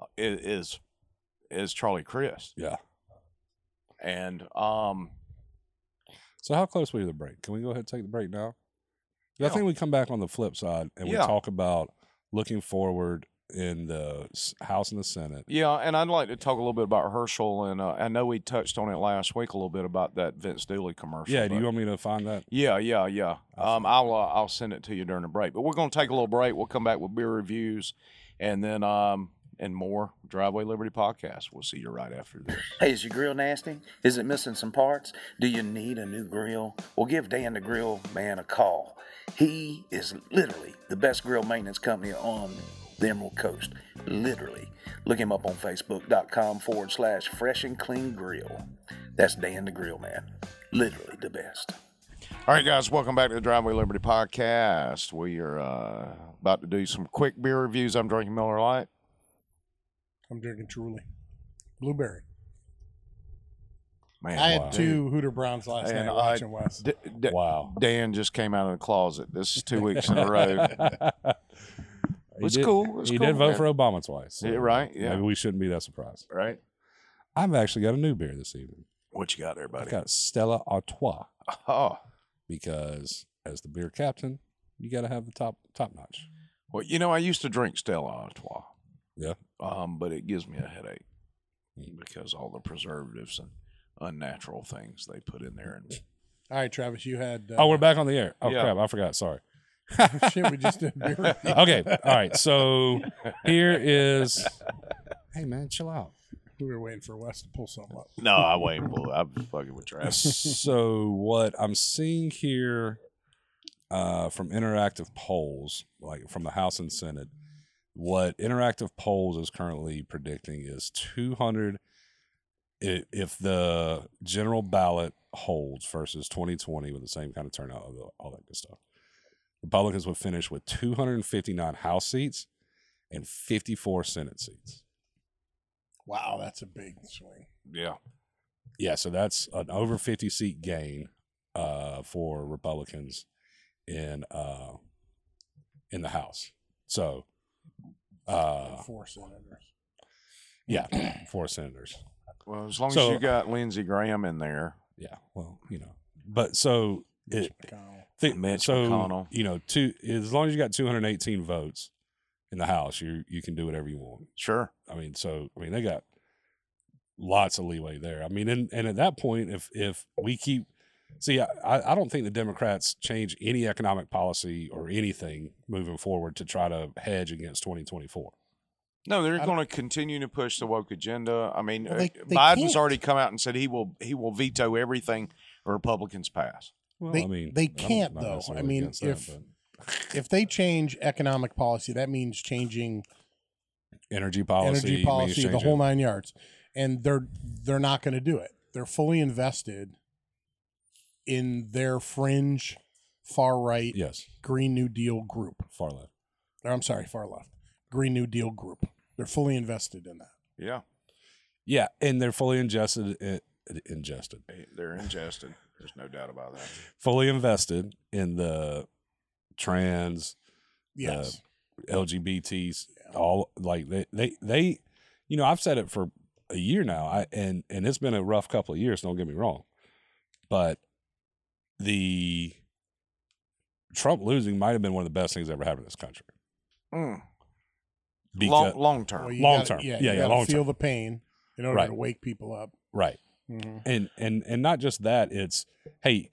Speaker 1: uh, i- is is Charlie Chris
Speaker 3: Yeah.
Speaker 1: and um
Speaker 3: So how close were you to the break? Can we go ahead and take the break now? 'Cause I
Speaker 1: Yeah.
Speaker 3: think we come back on the flip side and
Speaker 1: Yeah.
Speaker 3: we talk about looking forward in the s- House and the Senate.
Speaker 1: Yeah, and I'd like to talk a little bit about Herschel, and uh, I know we touched on it last week a little bit about that Vince Dooley commercial.
Speaker 3: Yeah. Do
Speaker 1: but-
Speaker 3: you want me to find that?
Speaker 1: Yeah, yeah, yeah.
Speaker 3: I'll
Speaker 1: Um, I'll uh, I'll send it to you during the break. But we're going to take a little break. We'll come back with beer reviews, and then um and more Driveway Liberty podcast. We'll see you right after this.
Speaker 9: Hey, is your grill nasty? Is it missing some parts? Do you need a new grill? Well, give Dan the Grill Man a call. He is literally the best grill maintenance company on the Emerald Coast. Literally. Look him up on Facebook.com forward slash fresh and clean grill. That's Dan the Grill Man. Literally the best.
Speaker 1: [laughs] All right, guys, welcome back to the Driveway Liberty podcast. We are uh, about to do some quick beer reviews. I'm drinking Miller Lite.
Speaker 2: I'm drinking truly. Blueberry.
Speaker 1: Man,
Speaker 2: I
Speaker 3: wow.
Speaker 2: had two Hooter Browns last
Speaker 1: And
Speaker 2: night
Speaker 1: I-
Speaker 2: watching Wes.
Speaker 1: D- D-
Speaker 3: Wow.
Speaker 1: [laughs] Dan just came out of the closet. This is two weeks in a
Speaker 2: [laughs]
Speaker 1: row.
Speaker 3: [laughs] He
Speaker 1: It's
Speaker 3: did-
Speaker 1: cool, it's
Speaker 3: he
Speaker 1: cool,
Speaker 3: did vote
Speaker 1: man.
Speaker 3: for Obama twice. so
Speaker 1: Yeah, right, yeah.
Speaker 3: Maybe we shouldn't be that surprised.
Speaker 1: right?
Speaker 3: I've actually got a new beer this evening.
Speaker 1: What you got there, buddy?
Speaker 3: I've got Stella Artois
Speaker 1: [laughs] Oh,
Speaker 3: because as the beer captain, you got to have the top top notch.
Speaker 1: well, you know, I used to drink Stella Artois.
Speaker 3: Yeah. Mm.
Speaker 1: Um, but it gives me a headache because all the preservatives and unnatural things they put in there.
Speaker 3: [laughs]
Speaker 1: And
Speaker 2: All right, Travis, you had. Uh,
Speaker 3: Oh, we're back on the air. Oh
Speaker 1: Yeah.
Speaker 3: crap, I
Speaker 1: [laughs]
Speaker 3: forgot. Sorry.
Speaker 2: [laughs] shit, we just did. beer [laughs]
Speaker 3: [laughs]
Speaker 2: review.
Speaker 3: okay. All
Speaker 1: [laughs]
Speaker 3: right. So here is. Hey man, chill out.
Speaker 2: We were waiting for Wes to pull something up.
Speaker 1: no, I wait. Well, I'm fucking with
Speaker 3: [laughs]
Speaker 1: Travis.
Speaker 3: so what I'm seeing here uh, from interactive polls, like from the House and Senate, what interactive polls is currently predicting is 200. i- If the general ballot holds versus 2020 with the same kind of turnout, all that- all that good stuff, Republicans would finish with 259 House seats and 54 Senate seats.
Speaker 2: Wow, that's a big swing.
Speaker 1: yeah.
Speaker 3: yeah, so that's an over 50 seat gain uh, for Republicans in uh, in the House. So,
Speaker 2: And
Speaker 3: uh,
Speaker 2: four senators.
Speaker 3: yeah, four senators.
Speaker 1: Well, as long
Speaker 3: So-
Speaker 1: as you got Lindsey Graham in there,
Speaker 3: Yeah, well, you know, but so
Speaker 2: Mitch
Speaker 3: it,
Speaker 2: McConnell.
Speaker 3: think,
Speaker 1: Mitch
Speaker 3: so
Speaker 1: McConnell.
Speaker 3: you know, two as long as you got 218 votes in the House, you you can do whatever you want.
Speaker 1: sure.
Speaker 3: I mean, so I mean, they got lots of leeway there. I mean, and and at that point, if if we keep see, I- I, I don't think the Democrats change any economic policy or anything moving forward to try to hedge against 2024.
Speaker 1: No, they're
Speaker 2: I don't-
Speaker 1: going to continue to push the woke agenda. I mean,
Speaker 2: Well, they-
Speaker 1: uh,
Speaker 2: they
Speaker 1: Biden's
Speaker 2: can't.
Speaker 1: already come out and said he will he will veto everything the Republicans pass.
Speaker 3: Well,
Speaker 2: They-
Speaker 3: I mean,
Speaker 2: they
Speaker 3: I'm
Speaker 2: can't,
Speaker 3: not
Speaker 2: though. I
Speaker 3: necessarily
Speaker 2: mean,
Speaker 3: against that,
Speaker 2: if-
Speaker 3: but
Speaker 2: If they change economic policy, that means changing
Speaker 3: energy policy, I mean,
Speaker 2: energy
Speaker 3: you
Speaker 2: policy, the
Speaker 3: change
Speaker 2: whole
Speaker 3: it.
Speaker 2: nine yards, and they're they're not going to do it. They're fully invested in their fringe, far right,
Speaker 3: yes,
Speaker 2: Green New Deal group.
Speaker 3: far left.
Speaker 2: Or, I'm sorry, far left, Green New Deal group. They're fully invested in that.
Speaker 1: Yeah,
Speaker 3: Yeah, and they're fully ingested. In, ingested.
Speaker 1: they- eh, they're ingested. There's no doubt about that.
Speaker 3: Fully invested in the trans,
Speaker 2: Yes,
Speaker 3: LGBTs, all like they, they, they, you know, I've said it for a year now. I, and, and it's been a rough couple of years. Don't get me wrong, but the Trump losing might've been one of the best things that ever happened in this country.
Speaker 1: Mm. long
Speaker 3: Because,
Speaker 1: long
Speaker 2: Well,
Speaker 1: term.
Speaker 2: you
Speaker 3: long
Speaker 2: gotta-
Speaker 3: term.
Speaker 2: Yeah,
Speaker 3: Yeah,
Speaker 2: you
Speaker 3: yeah,
Speaker 2: gotta
Speaker 3: long
Speaker 2: Feel
Speaker 3: term.
Speaker 2: the pain in order
Speaker 3: Right.
Speaker 2: to wake people up.
Speaker 3: right. And, and, and not just that it's, Hey,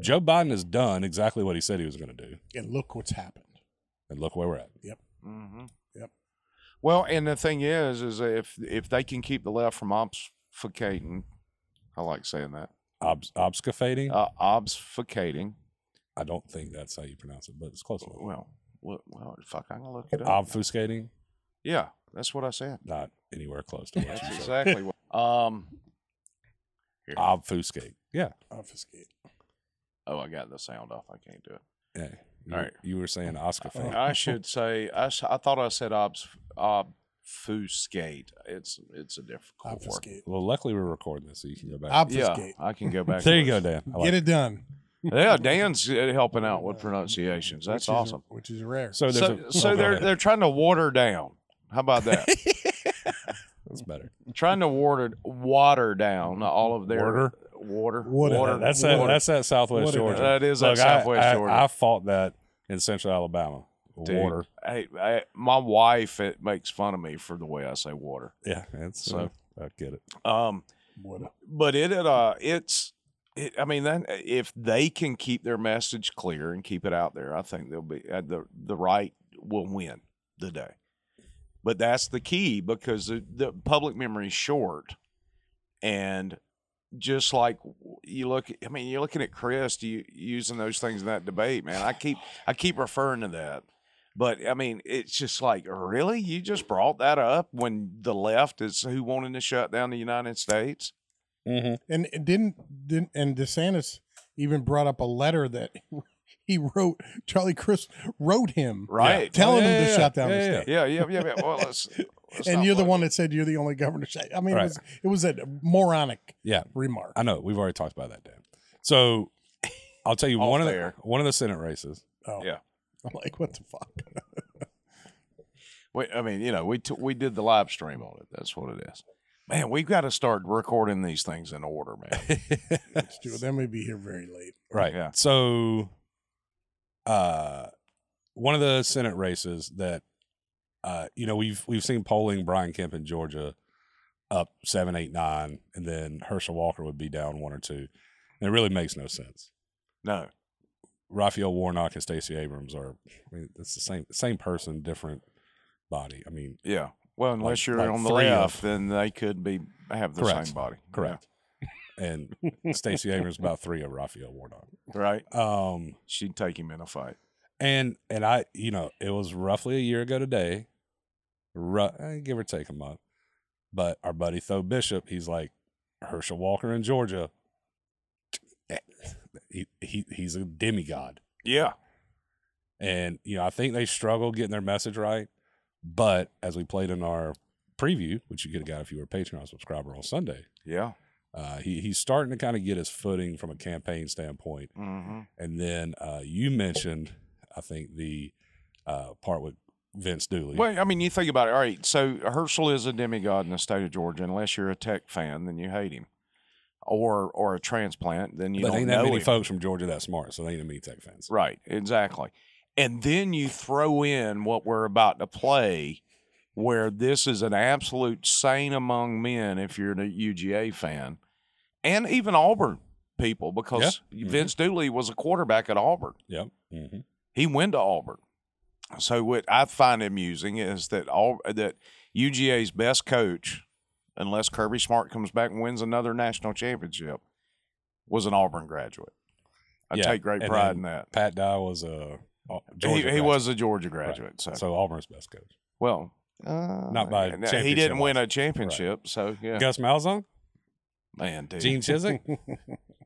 Speaker 3: Joe Biden has done exactly what he said he was going to do.
Speaker 2: And look what's happened.
Speaker 3: And look where we're at.
Speaker 1: hmm
Speaker 2: Yep.
Speaker 1: Well, and the thing is, is if if they can keep the left from obfuscating, I like saying that
Speaker 3: Obs- obfuscating.
Speaker 1: uh, obfuscating.
Speaker 3: I don't think that's how you pronounce it, but it's close enough.
Speaker 1: Well, well, well fuck, I'm gonna look it up.
Speaker 3: Obfuscating,
Speaker 1: yeah, that's what I said.
Speaker 3: not anywhere close to what
Speaker 1: That's
Speaker 3: you said.
Speaker 1: exactly what. Um. here.
Speaker 3: Obfuscate. Yeah.
Speaker 2: Obfuscate.
Speaker 1: Oh, I got the sound off. I can't do it.
Speaker 3: Yeah. You,
Speaker 1: All right.
Speaker 3: You were saying Oscar
Speaker 2: Oh.
Speaker 3: thing.
Speaker 1: I should say I, s- I thought I said obs, obfuscate. It's it's a difficult word.
Speaker 2: Obfuscate.
Speaker 3: Well, luckily we're recording this, so you can go back.
Speaker 1: Yeah,
Speaker 2: Obfuscate.
Speaker 1: I can
Speaker 2: [laughs]
Speaker 1: go back.
Speaker 3: there you
Speaker 1: and
Speaker 3: go,
Speaker 1: listen.
Speaker 3: Dan. I like
Speaker 2: Get
Speaker 3: it.
Speaker 2: it done.
Speaker 3: [laughs]
Speaker 1: Yeah, Dan's uh, helping out with pronunciations. That's
Speaker 2: which is-
Speaker 1: awesome.
Speaker 2: which is rare.
Speaker 3: So there's
Speaker 1: So,
Speaker 3: a,
Speaker 1: so
Speaker 3: oh, go
Speaker 1: they're
Speaker 3: ahead.
Speaker 1: they're trying to water down. How about
Speaker 3: [laughs]
Speaker 1: that?
Speaker 3: that's better.
Speaker 1: trying to water water down all of their
Speaker 3: Water?
Speaker 1: water
Speaker 2: Water.
Speaker 1: water.
Speaker 3: That's
Speaker 2: a-
Speaker 3: that.
Speaker 2: water.
Speaker 3: That's that Southwest
Speaker 2: Water.
Speaker 3: Georgia.
Speaker 1: That is that
Speaker 3: I-
Speaker 1: Southwest
Speaker 3: I,
Speaker 1: Georgia.
Speaker 3: I fought that in Central Alabama.
Speaker 1: Dude,
Speaker 3: Water.
Speaker 1: Hey, I, my wife it makes fun of me for the way I say water.
Speaker 3: Yeah. That's
Speaker 1: So-
Speaker 3: I get it.
Speaker 1: Um,
Speaker 2: What
Speaker 1: but it it uh it's it, I mean that if they can keep their message clear and keep it out there, I think they'll be uh, the the right will win the day. But that's the key because the, the public memory is short, and just like you look, I mean, you're looking at Chris you, using those things in that debate, man. I keep I keep referring to that. But I mean, it's just like, really? You just brought that up when the left is who wanted to shut down the United States?
Speaker 3: Mm-hmm.
Speaker 2: And it didn't didn't and DeSantis even brought up a letter that [laughs] he wrote. Charlie Chris wrote him,
Speaker 1: Right.
Speaker 2: telling
Speaker 3: Oh, yeah,
Speaker 2: him to
Speaker 3: yeah,
Speaker 2: shut down
Speaker 3: yeah,
Speaker 2: the
Speaker 3: yeah.
Speaker 2: state.
Speaker 1: Yeah, yeah, yeah. yeah. Well, let's, let's
Speaker 2: And
Speaker 1: not
Speaker 2: you're the
Speaker 1: look.
Speaker 2: one that said you're the only governor. shut- I mean,
Speaker 3: Right.
Speaker 2: it was it was a moronic
Speaker 3: Yeah.
Speaker 2: remark.
Speaker 3: I know. We've already talked about that, Dan. So I'll
Speaker 1: [laughs]
Speaker 3: tell you
Speaker 1: All
Speaker 3: one of the
Speaker 1: fair.
Speaker 3: one of the Senate races. [laughs]
Speaker 2: oh,
Speaker 1: yeah.
Speaker 2: I'm like, what the fuck?
Speaker 1: We, I mean, you know, we t- we did the live stream on it. That's what it is. Man, we've got to start recording these things in order,
Speaker 3: [laughs]
Speaker 1: man.
Speaker 2: Let's do it. That may be here very late.
Speaker 3: Right.
Speaker 1: Yeah.
Speaker 3: So, uh, one of the Senate races that uh, you know, we've we've seen polling Brian Kemp in Georgia up seven, eight, nine, and then Herschel Walker would be down one or two. And it really makes no sense.
Speaker 1: No.
Speaker 3: Raphael Warnock and Stacey Abrams are I mean, it's the same same person, different body. I mean,
Speaker 1: Yeah. Well, unless you're
Speaker 3: like
Speaker 1: on the
Speaker 3: three of-
Speaker 1: left, then they could be have the
Speaker 3: Correct.
Speaker 1: same body.
Speaker 3: correct. And Stacey Abrams about three of Raphael Warnock.
Speaker 1: Yeah. Right.
Speaker 3: Um
Speaker 1: She'd take him in a fight.
Speaker 3: and and I, you know, it was roughly a year ago today, ru- eh, give or take a month. But our buddy Tho Bishop, he's like Herschel Walker in Georgia. eh, He, he he's a demigod,
Speaker 1: Yeah.
Speaker 3: and you know I think they struggle getting their message right. But as we played in our preview, which you could have got if you were a Patreon subscriber on Sunday,
Speaker 1: Yeah.
Speaker 3: uh, he he's starting to kind of get his footing from a campaign standpoint.
Speaker 1: Mm-hmm.
Speaker 3: And then uh, you mentioned, I think the uh, part with Vince Dooley.
Speaker 1: Well, I mean, you think about it. All right, so Herschel is a demigod in the state of Georgia. Unless you're a tech fan, then you hate him, or or a transplant, then you
Speaker 3: but
Speaker 1: don't
Speaker 3: ain't that
Speaker 1: know
Speaker 3: many
Speaker 1: him.
Speaker 3: folks from Georgia that smart, so they ain't that many tech fans.
Speaker 1: Right, exactly. And then you throw in what we're about to play, where this is an absolute saint among men if you're a UGA fan, and even Auburn people, because
Speaker 3: Yeah. Mhm.
Speaker 1: Vince Dooley was a quarterback at Auburn.
Speaker 3: Yep. hmm
Speaker 1: he went to Auburn. So what I find amusing is that all that UGA's best coach, unless Kirby Smart comes back and wins another national championship, was an Auburn graduate. I
Speaker 3: Yeah,
Speaker 1: take great
Speaker 3: and
Speaker 1: pride
Speaker 3: then
Speaker 1: in that.
Speaker 3: Pat Dye was a uh, Georgia.
Speaker 1: He, he
Speaker 3: graduate,
Speaker 1: was a Georgia graduate, so,
Speaker 3: so Auburn's best coach.
Speaker 1: well, uh,
Speaker 3: Not by
Speaker 1: and he didn't win a championship, so yeah,
Speaker 3: Gus Malzahn,
Speaker 1: man, dude,
Speaker 3: Gene Chiswick.
Speaker 1: [laughs]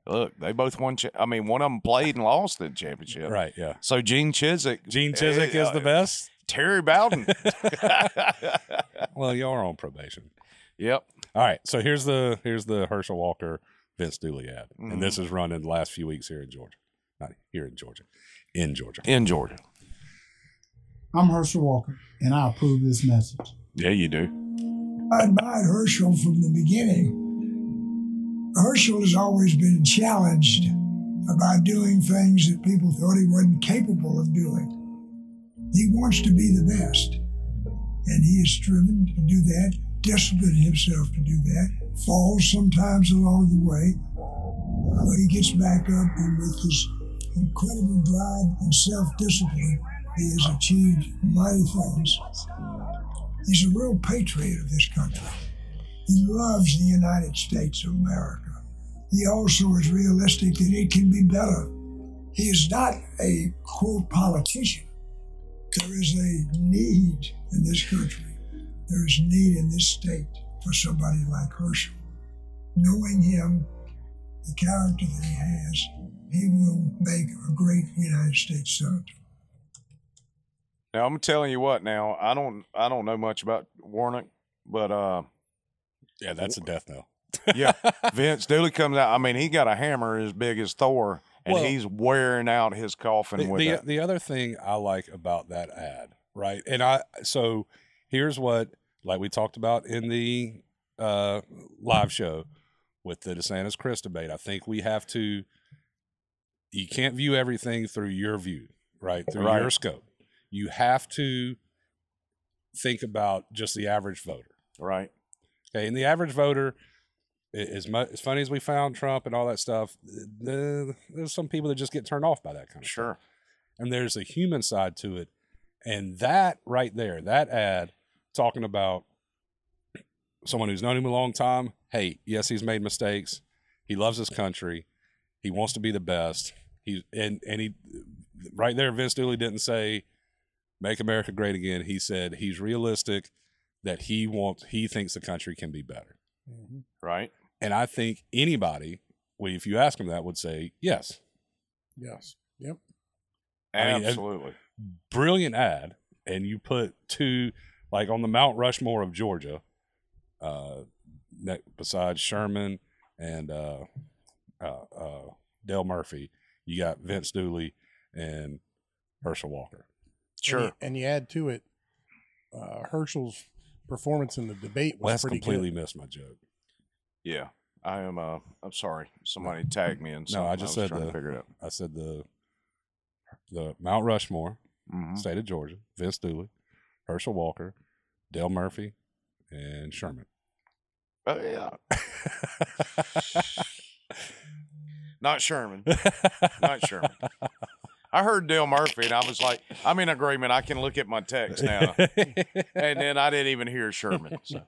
Speaker 1: look, they both won. Cha- I mean, one of them played and lost in championship,
Speaker 3: Right. Yeah.
Speaker 1: So Gene Chiswick,
Speaker 3: Gene Chiswick is the
Speaker 1: uh,
Speaker 3: best.
Speaker 1: Terry
Speaker 3: [laughs]
Speaker 1: Bowden. [laughs]
Speaker 3: Well, y'all are on probation.
Speaker 1: yep.
Speaker 3: All right. So here's the here's the Herschel Walker Vince Dooley ad, and
Speaker 1: Mm-hmm.
Speaker 3: this is running the last few weeks here in Georgia, not here in Georgia, in Georgia.
Speaker 1: in Georgia.
Speaker 10: I'm Herschel Walker, and I approve this message.
Speaker 1: Yeah, you do.
Speaker 10: I admired Herschel from the beginning. Herschel has always been challenged about doing things that people thought he wasn't capable of doing. He wants to be the best, and he is striven to do that, discipline himself to do that, falls sometimes along the way, but he gets back up and with his incredible drive and self-discipline, he has achieved mighty things. He's a real patriot of this country. He loves the United States of America. He also is realistic that it can be better. He is not a quote politician. There is a need in this country. There is need in this state for somebody like Herschel. Knowing him, the character that he has, he will make a great United States Senator.
Speaker 1: Now I'm telling you what. Now I don't I don't know much about Warnock, but uh,
Speaker 3: Yeah, that's a death knell.
Speaker 1: yeah,
Speaker 3: [laughs]
Speaker 1: Vince Dooley comes out. I mean, he got a hammer as big as Thor, and
Speaker 3: Well-
Speaker 1: he's wearing out his coffin
Speaker 3: the,
Speaker 1: with
Speaker 3: the,
Speaker 1: it.
Speaker 3: the other thing I like about that ad, right? And I so here's what like we talked about in the uh live show with the DeSantis Chris debate. I think we have to you can't view everything through your view, right? Through
Speaker 1: Right.
Speaker 3: your scope. You have to think about just the average voter.
Speaker 1: Right?
Speaker 3: Okay, and the average voter, i- as much as funny as we found Trump and all that stuff, th- th- there's some people that just get turned off by that kind of stuff
Speaker 1: Sure.
Speaker 3: and there's a human side to it. And that right there, that ad talking about someone who's known him a long time. Hey, yes, he's made mistakes. He loves his country. He wants to be the best. He and and he right there, Vince Dooley didn't say make America great again. He said he's realistic that he wants he thinks the country can be better.
Speaker 2: Mm-hmm.
Speaker 1: Right.
Speaker 3: And I think anybody, well, if you ask him that, would say yes.
Speaker 2: Yes. Yep.
Speaker 3: I mean, and-
Speaker 1: Absolutely.
Speaker 3: brilliant ad and you put two like on the Mount Rushmore of Georgia, uh, ne- besides Sherman and uh, uh, uh, Dale Murphy, you got Vince Dooley and Herschel Walker.
Speaker 1: Sure.
Speaker 2: And you, and you add to it uh, Herschel's performance in the debate was
Speaker 3: Wes
Speaker 2: pretty
Speaker 3: completely
Speaker 2: good.
Speaker 3: missed my joke.
Speaker 1: yeah. I am. Uh, I'm sorry. Somebody tagged me in.
Speaker 3: No, I
Speaker 1: something.
Speaker 3: just
Speaker 1: was
Speaker 3: said
Speaker 1: trying
Speaker 3: the-
Speaker 1: to figure it out.
Speaker 3: I said the the Mount Rushmore,
Speaker 1: Mhm.
Speaker 3: [laughs]
Speaker 2: Mm-hmm.
Speaker 3: state of Georgia, Vince Dooley, Herschel Walker, Dale Murphy, and Sherman.
Speaker 1: Oh yeah. Not
Speaker 3: [laughs]
Speaker 1: Sherman. Not Sherman. I heard Dale Murphy and I was like, I'm in agreement. I can look at my text
Speaker 3: [laughs]
Speaker 1: now. and then I didn't even hear Sherman. So.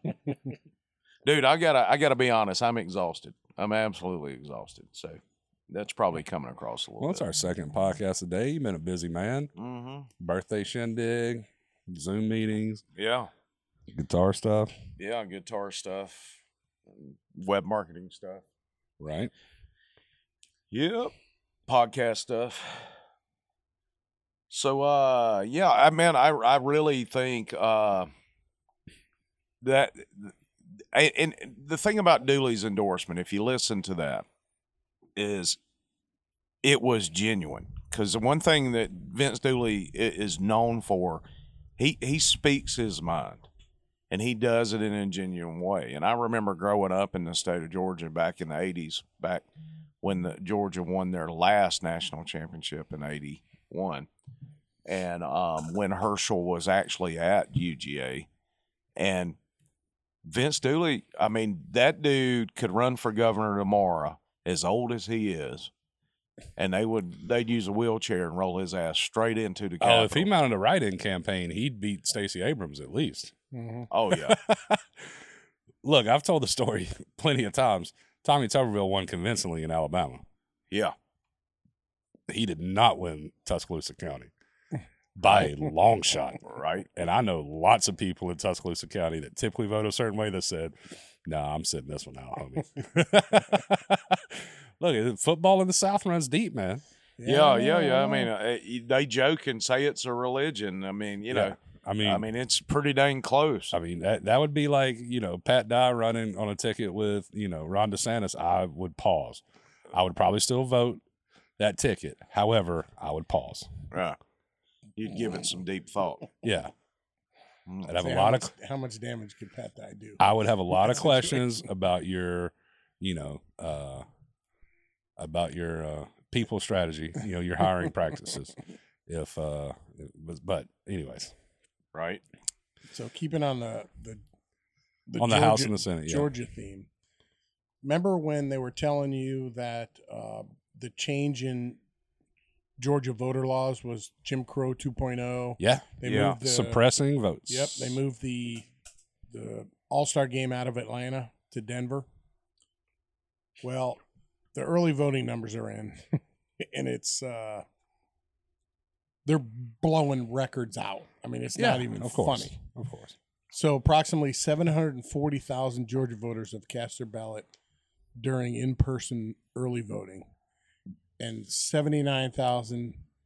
Speaker 1: Dude, I gotta I gotta be honest. I'm exhausted. I'm absolutely exhausted. So that's probably coming across a little
Speaker 3: Well, it's
Speaker 1: bit.
Speaker 3: our second podcast today. You've been a busy man.
Speaker 1: Mhm.
Speaker 3: Birthday shindig, Zoom meetings,
Speaker 1: Yeah.
Speaker 3: guitar stuff,
Speaker 1: Yeah, guitar stuff, web marketing stuff.
Speaker 3: right?
Speaker 1: Yep. Podcast stuff. So uh yeah, I man, I I really think uh that and, and the thing about Dooley's endorsement, if you listen to that, is it was genuine. Because the one thing that Vince Dooley i- is known for, he he speaks his mind, and he does it in a genuine way. And I remember growing up in the state of Georgia back in the '80s, back when the Georgia won their last national championship in '81, and um, when Herschel was actually at UGA, and Vince Dooley, I mean, that dude could run for governor tomorrow, as old as he is, and they would they'd use a wheelchair and roll his ass straight into the Capitol.
Speaker 3: Oh, if he mounted a write-in campaign, he'd beat Stacey Abrams at least.
Speaker 1: Oh
Speaker 3: [laughs]
Speaker 1: yeah.
Speaker 3: Look, I've told the story [laughs] plenty of times. Tommy Tuberville won convincingly in Alabama.
Speaker 1: Yeah.
Speaker 3: He did not win Tuscaloosa County by a long shot.
Speaker 1: Right.
Speaker 3: And I know lots of people in Tuscaloosa County that typically vote a certain way that said, nah, I'm sitting this one out, homie. Look, football in the South runs deep, man.
Speaker 1: Yeah, yeah, yeah. I mean, uh, y- they joke and say it's a religion. I mean, you know,
Speaker 3: Yeah. I mean,
Speaker 1: I mean, it's pretty dang close.
Speaker 3: I mean, that that would be like you know Pat Dye running on a ticket with you know Ron DeSantis. I would pause. I would probably still vote that ticket. However, I would pause.
Speaker 1: Right. You'd give it some deep thought.
Speaker 3: Yeah,
Speaker 1: Mm.
Speaker 3: I'd have
Speaker 2: Say
Speaker 3: a
Speaker 2: how
Speaker 3: lot of.
Speaker 2: much- how much damage could Pat Dye do?
Speaker 3: I would have a lot of
Speaker 2: That's
Speaker 3: questions about your, you know, uh, about your uh, people strategy. You know, your
Speaker 2: [laughs]
Speaker 3: hiring practices. If uh, but, but anyways, [laughs]
Speaker 1: Right. [laughs]
Speaker 2: So keeping on the the,
Speaker 3: On the House and the Senate, yeah.
Speaker 2: Georgia theme. Remember when they were telling you that uh, the change in Georgia voter laws was Jim Crow 2.0?
Speaker 3: yeah,
Speaker 2: They
Speaker 1: Yeah.
Speaker 2: moved the,
Speaker 3: Uh, suppressing votes.
Speaker 2: Yep, they moved the the All Star game out of Atlanta to Denver. Well, the early voting numbers are in, [laughs] and it's uh, they're blowing records out. I mean, it's not
Speaker 3: Yeah,
Speaker 2: even
Speaker 3: of course,
Speaker 2: funny. [laughs]
Speaker 3: Of course.
Speaker 2: So, approximately 740,000 Georgia voters have cast their ballot during in person early voting, and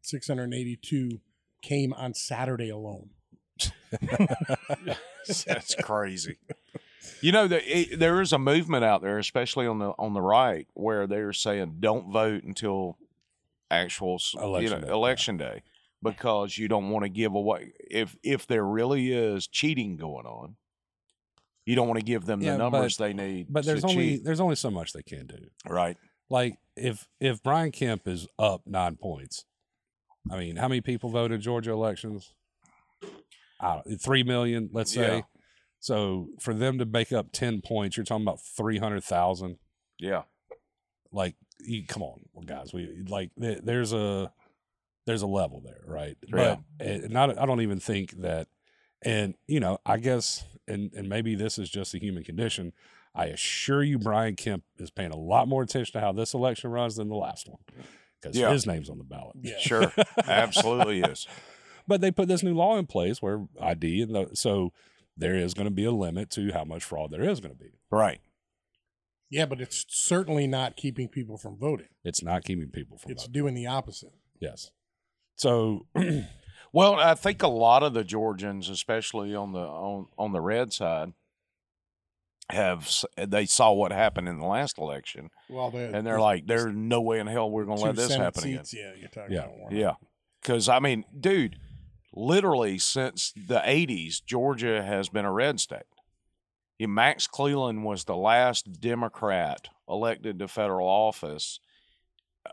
Speaker 2: 79,682 came on Saturday alone.
Speaker 1: That's crazy. You know, there, it, there is a movement out there, especially on the on the right, where they're saying don't vote until actual s-
Speaker 3: Election
Speaker 1: you know,
Speaker 3: day, yeah.
Speaker 1: election day because you don't want to give away if if there really is cheating going on. You don't want to give them
Speaker 3: Yeah,
Speaker 1: the
Speaker 3: but-
Speaker 1: numbers they need.
Speaker 3: But there's
Speaker 1: to
Speaker 3: only
Speaker 1: cheat.
Speaker 3: there's only so much they can do.
Speaker 1: right.
Speaker 3: like if if Brian Kemp is up nine points, I mean, how many people vote in Georgia elections? I don't, three million, let's say.
Speaker 1: Yeah.
Speaker 3: So for them to make up ten points, you're talking about three hundred thousand.
Speaker 1: Yeah.
Speaker 3: Like, you, come on, guys, we like th- there's a there's a level there, right?
Speaker 1: Yeah.
Speaker 3: But it, not I don't even think that, and you know, I guess, and and maybe this is just the human condition. I assure you, Brian Kemp is paying a lot more attention to how this election runs than the last one because
Speaker 1: Yeah.
Speaker 3: his name's on the ballot.
Speaker 2: Yeah.
Speaker 1: Sure. Absolutely is.
Speaker 3: [laughs] But they put this new law in place where ID and the, so there is going to be a limit to how much fraud there is going to be.
Speaker 1: Right.
Speaker 2: Yeah, but it's certainly not keeping people from voting.
Speaker 3: It's not keeping people from
Speaker 2: It's
Speaker 3: voting.
Speaker 2: doing the opposite.
Speaker 3: Yes. So [clears throat]
Speaker 1: Well, I think a lot of the Georgians, especially on the on, on the red side, have s- they saw what happened in the last election,
Speaker 2: Well, the,
Speaker 1: and they're like, "There's no way in hell we're going to let this happen again."
Speaker 2: Yeah, you're talking
Speaker 3: Yeah.
Speaker 2: about one.
Speaker 1: Yeah, because I mean, dude, literally since the '80s, Georgia has been a red state. Yeah, Max Cleland was the last Democrat elected to federal office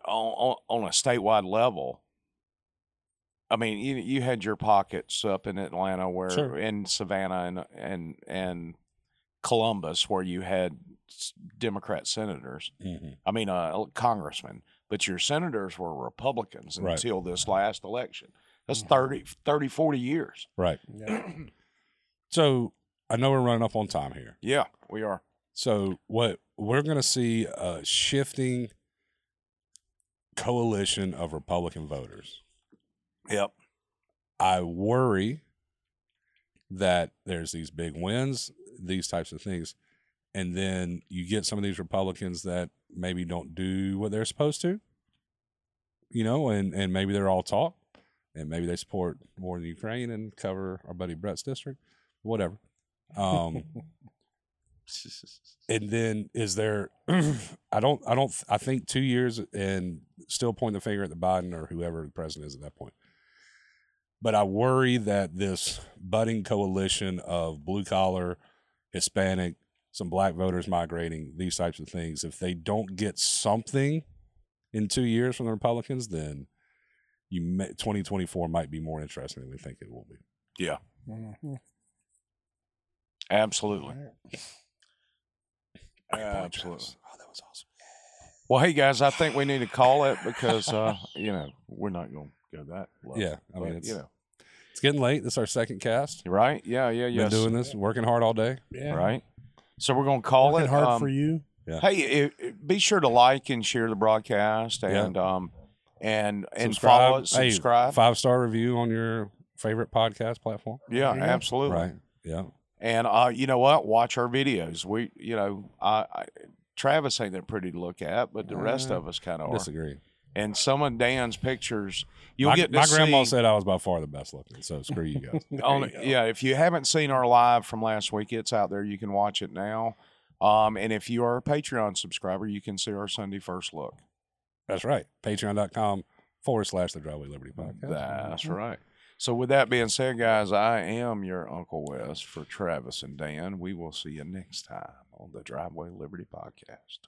Speaker 1: on, on, on a statewide level I mean, you you had your pockets up in Atlanta, where
Speaker 3: Sure.
Speaker 1: in Savannah and and and Columbus, where you had s- Democrat senators.
Speaker 3: Mhm.
Speaker 1: I mean, uh, congressmen, but your senators were Republicans
Speaker 3: Right.
Speaker 1: until this last election. That's 30, 30, 40 years.
Speaker 3: Right. So I know we're running up on time here.
Speaker 1: Yeah, we are.
Speaker 3: So what we're going to see a shifting coalition of Republican voters.
Speaker 1: Yep.
Speaker 3: I worry that there's these big wins, these types of things, and then you get some of these Republicans that maybe don't do what they're supposed to, you know, and and maybe they're all talk, and maybe they support war in Ukraine and cover our buddy Brett's district, whatever. Um, and then is there [clears throat] i don't i don't i think two years and still point the finger at the biden or whoever the president is at that point but i worry that this budding coalition of blue collar hispanic some black voters migrating these types of things if they don't get something in two years from the republicans then you may, 2024 might be more interesting than we think it will be
Speaker 1: Yeah,
Speaker 2: Mm-hmm.
Speaker 1: absolutely. Absolutely.
Speaker 3: Oh, that was awesome.
Speaker 1: Well, hey guys, I think we need to call it because uh, you know we're not going to go that. Low.
Speaker 3: yeah i mean
Speaker 1: But,
Speaker 3: it's
Speaker 1: you know,
Speaker 3: it's getting late this is our second cast
Speaker 1: right? Yeah, yeah,
Speaker 3: been
Speaker 1: yeah.
Speaker 3: doing this, working hard all day.
Speaker 2: Yeah.
Speaker 1: right? So we're gonna call
Speaker 2: Working
Speaker 1: it
Speaker 2: hard
Speaker 1: um,
Speaker 2: for you.
Speaker 3: Yeah.
Speaker 1: Hey, it, it- be sure to like and share the broadcast and um and and follow us,
Speaker 3: Hey,
Speaker 1: subscribe.
Speaker 3: five star review on your favorite podcast platform.
Speaker 1: yeah,
Speaker 2: There you go.
Speaker 1: absolutely.
Speaker 3: Right. Yeah.
Speaker 1: And uh, you know what? Watch our videos. We, you know, I, I Travis ain't that pretty to look at, but the rest
Speaker 3: Uh,
Speaker 1: of us kind of are.
Speaker 3: Disagree.
Speaker 1: And some of Dan's pictures, you'll
Speaker 3: my,
Speaker 1: get to
Speaker 3: my grandma
Speaker 1: see-
Speaker 3: said uh" I was by far the best looking, so screw you guys.
Speaker 1: [laughs] on yeah if you haven't seen our live from last week it's out there you can watch it now um, and if you are a patreon subscriber you can see our sunday first look
Speaker 3: That's right. Patreon.com forward slash the Driveway Liberty Podcast.
Speaker 1: that's right so with that being said guys i am your uncle wes for travis and dan we will see you next time on the driveway liberty podcast